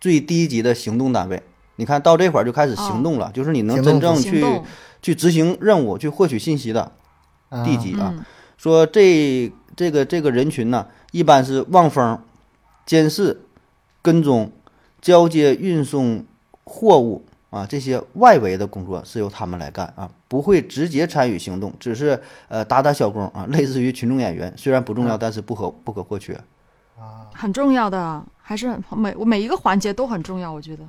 S3: 最低级的行动单位。你看到这块儿就开始行动了，就是你能
S1: 行动
S3: 真正
S1: 嗯
S2: 哦行
S3: 去
S2: 动，
S3: 去执行任务、去获取信息的
S1: 啊
S3: D 级啊。
S2: 嗯
S3: 说这这个这个人群呢，一般是望风、监视、跟踪、交接、运送货物啊这些外围的工作是由他们来干啊，不会直接参与行动，只是呃打打小工啊，类似于群众演员，虽然不重要，但是不可不可或缺。
S2: 很重要的，还是很每每一个环节都很重要，我觉得。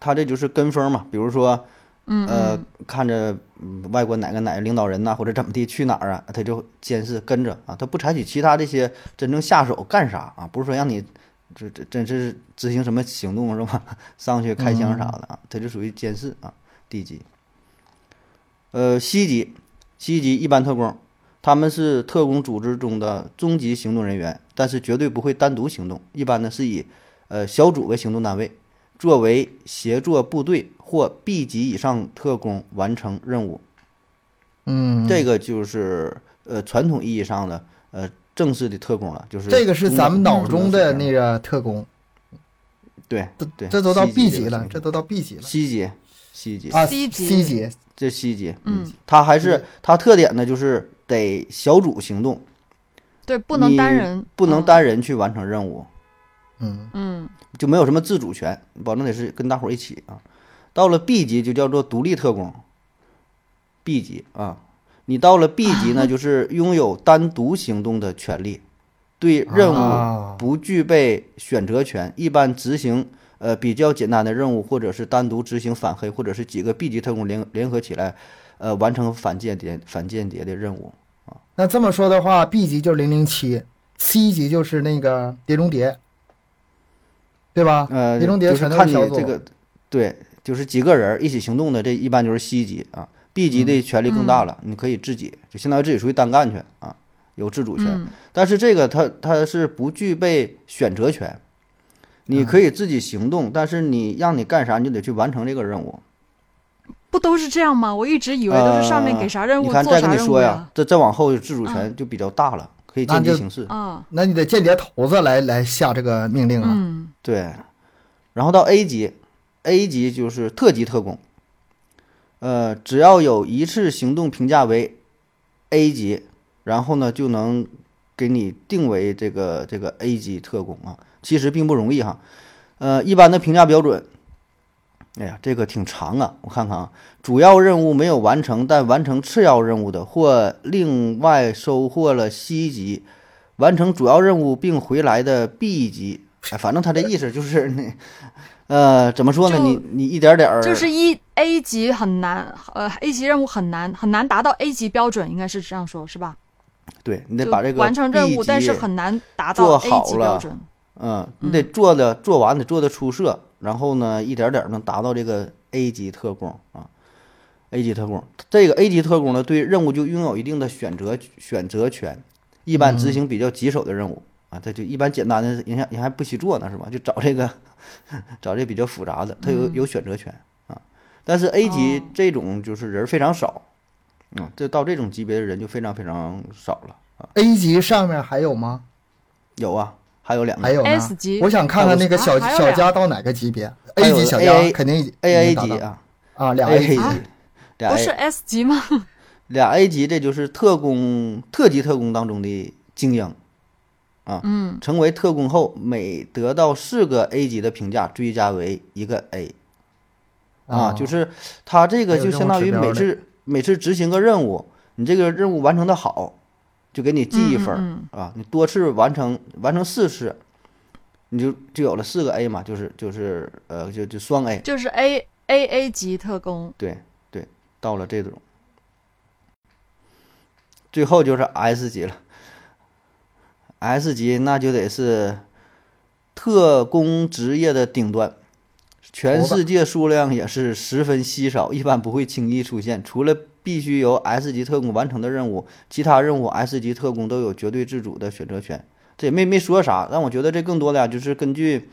S3: 他这就是跟风嘛，比如说，
S2: 嗯
S3: 呃，看着嗯外国哪个哪个领导人呐、或者怎么地去哪儿啊，他就监视跟着啊，他不采取其他这些真正下手干啥啊，不是说让你这这真是执行什么行动是吧？ (laughs) 上去开枪啥的
S2: 嗯
S3: 啊，他就属于监视啊低级。呃，西级，西级一般特工，他们是特工组织中的中级行动人员，但是绝对不会单独行动，一般呢是以呃小组为行动单位，作为协作部队或 B 级以上特工完成任务。
S1: 嗯，
S3: 这个就是呃传统意义上的呃正式的特工了，就是
S1: 这个是
S3: 中
S1: 咱们
S3: 等
S1: 脑中的那个特工，
S3: 对
S1: 这
S3: 对，
S1: 这都到
S3: C
S1: B
S3: 级
S1: 级了
S3: 个，
S1: 这都到 B 级了
S3: 西级西级
S1: 啊
S2: C 级
S1: ，C 级
S3: 这西级，
S2: 嗯，
S3: 它还是它特点呢，就是得小组行动，
S2: 对，不能单
S3: 你
S2: 人，
S3: 不能
S2: 嗯。
S3: 单人去完成任务。
S1: 嗯，
S2: 嗯
S3: 就没有什么自主权，保证得是跟大伙儿一起啊。到了 B 级就叫做独立特工，B 级啊，你到了 B 级呢，就是拥有单独行动的权利，对任务
S1: 啊
S3: 不具备选择权，一般执行呃比较简单的任务，或者是单独执行反黑，或者是几个 B 级特工联联合起来，呃完成反间谍反间谍的任务。
S1: 那这么说的话，B 级就是零零七，C 级就是那个《碟中谍》，对吧？
S3: 呃，
S1: 啊碟中谍
S3: 就》是
S1: 全都
S3: 看你
S1: 小组，
S3: 这个，对，就是几个人儿一起行动的，这一般就是 C 级啊，B 级的权力更大了，你可以自己就相当于自己出去单干去啊，有自主权。
S2: 嗯
S3: 但是这个它它是不具备选择权，你可以自己行动，但是你让你干啥你就得去完成这个任务。
S2: 不都是这样吗？我一直以为都是上面给啥任
S3: 呃
S2: 务
S3: 你看，
S2: 做
S3: 再跟你
S2: 啥任务
S3: 说
S2: 呀
S3: 呀。，这再往后自主权就比较大了，可以见
S1: 那
S3: 机
S1: 就
S3: 行事。
S2: 啊，
S1: 那你得间谍头子来来下这个命令啊。
S2: 嗯
S3: 对，然后到 A 级，A 级就是特级特工，呃，只要有一次行动评价为 A 级，然后呢就能给你定为这个这个 A 级特工啊，其实并不容易哈。呃，一般的评价标准，哎呀，这个挺长啊，我看看啊，主要任务没有完成，但完成次要任务的，或另外收获了 C 级，完成主要任务并回来的 B 级，哎，反正他这意思就是你，呃，怎么说呢？
S2: 就
S3: 你你一点点儿
S2: 就是一 A 级很难，呃，A 级任务很难，很难达到 A 级标准，应该是这样说，是吧？
S3: 对你得
S2: 就
S3: 把这个
S2: 完成任
S3: B
S2: 务，
S3: 级
S2: 但是很难达
S3: 做
S2: 到 A
S3: 好
S2: 级标
S3: 了
S2: 准。
S3: 嗯，你得做的做完，得做的出色，然后呢，一点点儿能达到这个 A 级特工啊，A 级特工。这个 A 级特工呢，对任务就拥有一定的选择选择权，一般执
S2: 嗯
S3: 行比较棘手的任务、啊，这就一般简单的人家人还不惜做呢，是吧？就找这个 (laughs) 找这比较复杂的，他有有选择权啊。但是 A 级
S2: 嗯哦
S3: 这种就是人非常少，嗯，这到这种级别的人就非常非常少了。
S1: A 级上面还有吗？
S3: 有啊，还有两个
S1: 还有呢
S2: S 级
S1: 我想看看那个小、
S2: 啊还有
S1: 小
S2: 俩
S1: 家到哪个级别
S3: 还
S1: ？A
S3: 有
S1: 级小家
S3: AA
S1: 肯定已
S3: A A
S1: 已经
S3: 级
S1: 达到
S3: 啊
S1: 啊，俩
S3: A
S1: A 级
S3: 级
S2: 啊，
S3: 俩 A
S2: 不是 S 级吗？
S3: 俩 A 级，这就是特工特级特工当中的精英啊。嗯，成为特工后，每得到四个 A 级的评价，追加为一个 A 啊，就是是他这
S1: 还
S3: 个
S1: 有
S3: 就
S1: 任务
S3: 相当
S1: 指
S3: 于
S1: 标
S3: 每
S1: 的
S3: 次每次执行个任务，你这个任务完成的好，就给你记一分儿、
S2: 嗯
S3: 啊。你多次完成完成四次，你就就有了四个 A 嘛，就是就是呃就就双 A。
S2: 就是 A A A 级特工。
S3: 对对，到了这种，最后就是 S 级了。S 级那就得是特工职业的顶端，全
S1: 头子
S3: 世界数量也是十分稀少，一般不会轻易出现。除了必须由 S 级特工完成的任务，其他任务 S 级特工都有绝对自主的选择权。这也没没说啥，但我觉得这更多的呀、啊就是根据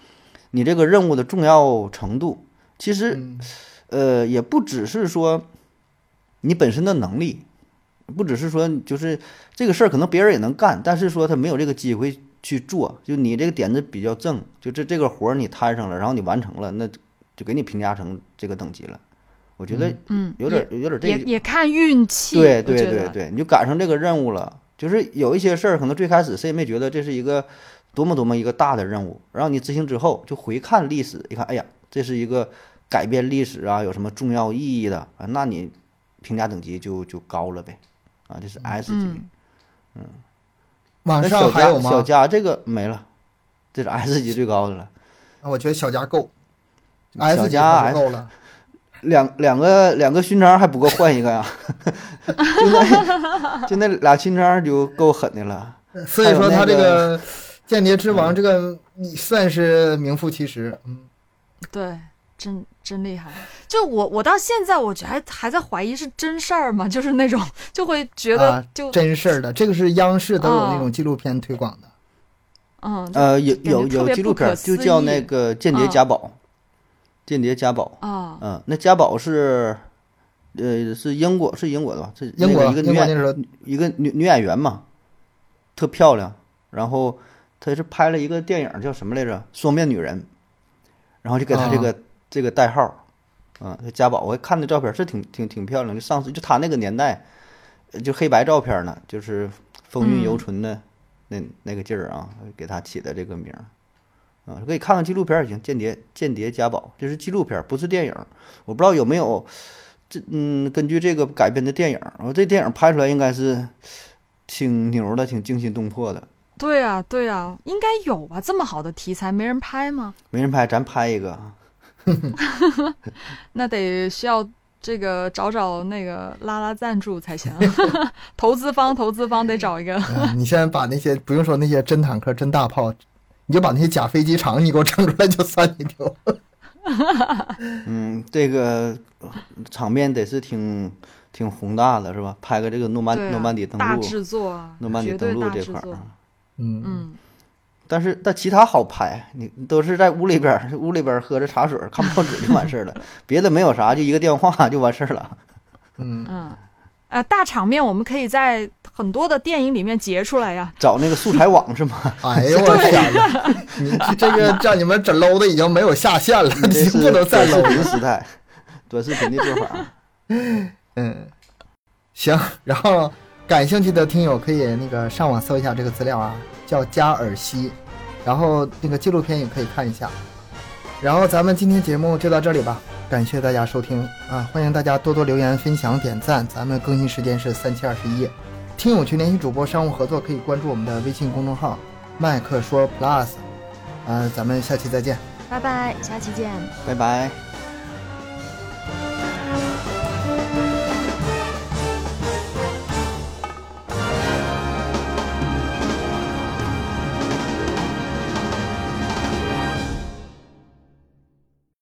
S3: 你这个任务的重要程度。其实
S1: 嗯
S3: 呃，也不只是说你本身的能力，不只是说就是这个事儿可能别人也能干，但是说他没有这个机会去做，就你这个点子比较正，就这这个活儿你摊上了，然后你完成了，那就给你评价成这个等级了。我觉得
S2: 嗯，
S3: 有点、有点这
S2: 也
S3: 个，
S2: 也看运气。
S3: 对
S2: 我
S3: 对
S2: 觉
S3: 对
S2: 得，
S3: 对，你就赶上这个任务了。就是有一些事儿，可能最开始谁也没觉得这是一个多么多么一个大的任务，然后你执行之后，就回看历史，一看，哎呀，这是一个改变历史啊，有什么重要意义的啊，那你评价等级就就高了呗，啊，这是 S 级。
S2: 嗯，
S1: 往
S3: 那
S1: 上
S3: 小
S1: 还有
S3: 佳小
S1: 吗？
S3: 佳这个没了，这是 S 级最高的了。
S1: 啊我觉得小家够
S3: 小
S1: ，S 级
S3: 家
S1: 还不够了。
S3: 两两个两个勋章还不够换一个呀、 (laughs) 就那就那俩勋章就够狠的了。
S1: 所以说
S3: 还有
S1: 他
S3: 那
S1: 这
S3: 个嗯
S1: 个间谍之王这个你算是名副其实，嗯，
S2: 对，真真厉害。就我我到现在，我觉得还还在怀疑是真事儿吗？ (laughs) 就是那种就会觉得
S1: 啊
S2: 就、
S1: 真事儿的，这个是央视都有那
S2: 哦
S1: 种纪录片推广的。
S2: 嗯就
S3: 呃，有
S2: 感
S3: 有
S2: 觉特
S3: 有
S2: 别
S3: 纪
S2: 不
S3: 录片
S2: 可
S3: 儿，就
S2: 思
S3: 叫
S2: 议
S3: 那个《间谍
S2: 嗯
S3: 家宝》，间谍家宝。
S2: 啊
S3: 嗯，那家宝是，呃，是英国，是英国的吧？是
S1: 英国
S3: 那个
S1: 英
S3: 一个女
S1: 国
S3: 演
S1: 那时候
S3: 一个女女演员嘛，特漂亮。然后她是拍了一个电影叫什么来着，《双面女人》，然后就给她这
S1: 啊
S3: 个、这个代号，嗯，这家宝。我看那照片是挺挺挺漂亮，就上次就她那个年代，呃就黑白照片呢，就是风韵
S2: 嗯
S3: 犹存的那、那个劲儿啊，给她起的这个名儿。啊，可以看看纪录片儿也行，《间谍间谍家宝》这是纪录片儿，不是电影儿。我不知道有没有这嗯，根据这个改编的电影儿，然后这电影儿拍出来应该是挺牛的，挺惊心动魄的。
S2: 对啊对啊，应该有吧？这么好的题材没人拍吗？
S3: 没人拍，咱拍一个啊。
S2: 那得需要这个找找那个拉拉赞助才行，啊
S3: (laughs)
S2: 投资方投资方得找一个。
S1: 嗯你现在把那些不用说那些真坦克、真大炮，你就把那些假飞机场你给我整出来就算一丢。
S3: 嗯，这个呃场面得是挺挺宏大的，是吧？拍个这个诺曼、
S2: 对啊
S3: 诺曼底登
S2: 大
S3: 陆，
S2: 制作啊，
S3: 诺曼底
S2: 绝对
S3: 登陆
S2: 大
S3: 这
S2: 制
S3: 块儿
S2: 作
S3: 啊。
S1: 嗯
S2: 嗯，
S3: 但是但其他好拍，你你都是在屋里边儿， (laughs) 屋里边儿喝着茶水儿看报纸就完
S1: (laughs)
S3: 事儿了，别的没有啥，就一个电话就完事儿了。
S1: 嗯，
S2: 嗯，呃，大场面我们可以在很多的电影里面截出来呀。
S3: 找那个素材网是
S1: (laughs)
S3: 吗？
S1: 哎呦我天哪！你这这个让你们整 low 的已经没有下限了，
S3: 你这
S1: 你
S3: 是
S1: 不能再
S3: 短
S1: low
S3: 视频时代，短视频的做法。
S1: 嗯，行，然后感兴趣的听友可以那个上网搜一下这个资料啊，叫加尔西，然后那个纪录片也可以看一下。然后咱们今天节目就到这里吧，感谢大家收听啊，欢迎大家多多留言、分享、点赞。咱们更新时间是三七二十一，听友群联系主播商务合作可以关注我们的微信公众号“麦克说 Plus”。呃，咱们下期再见。
S4: 拜拜，下期见。
S3: 拜拜。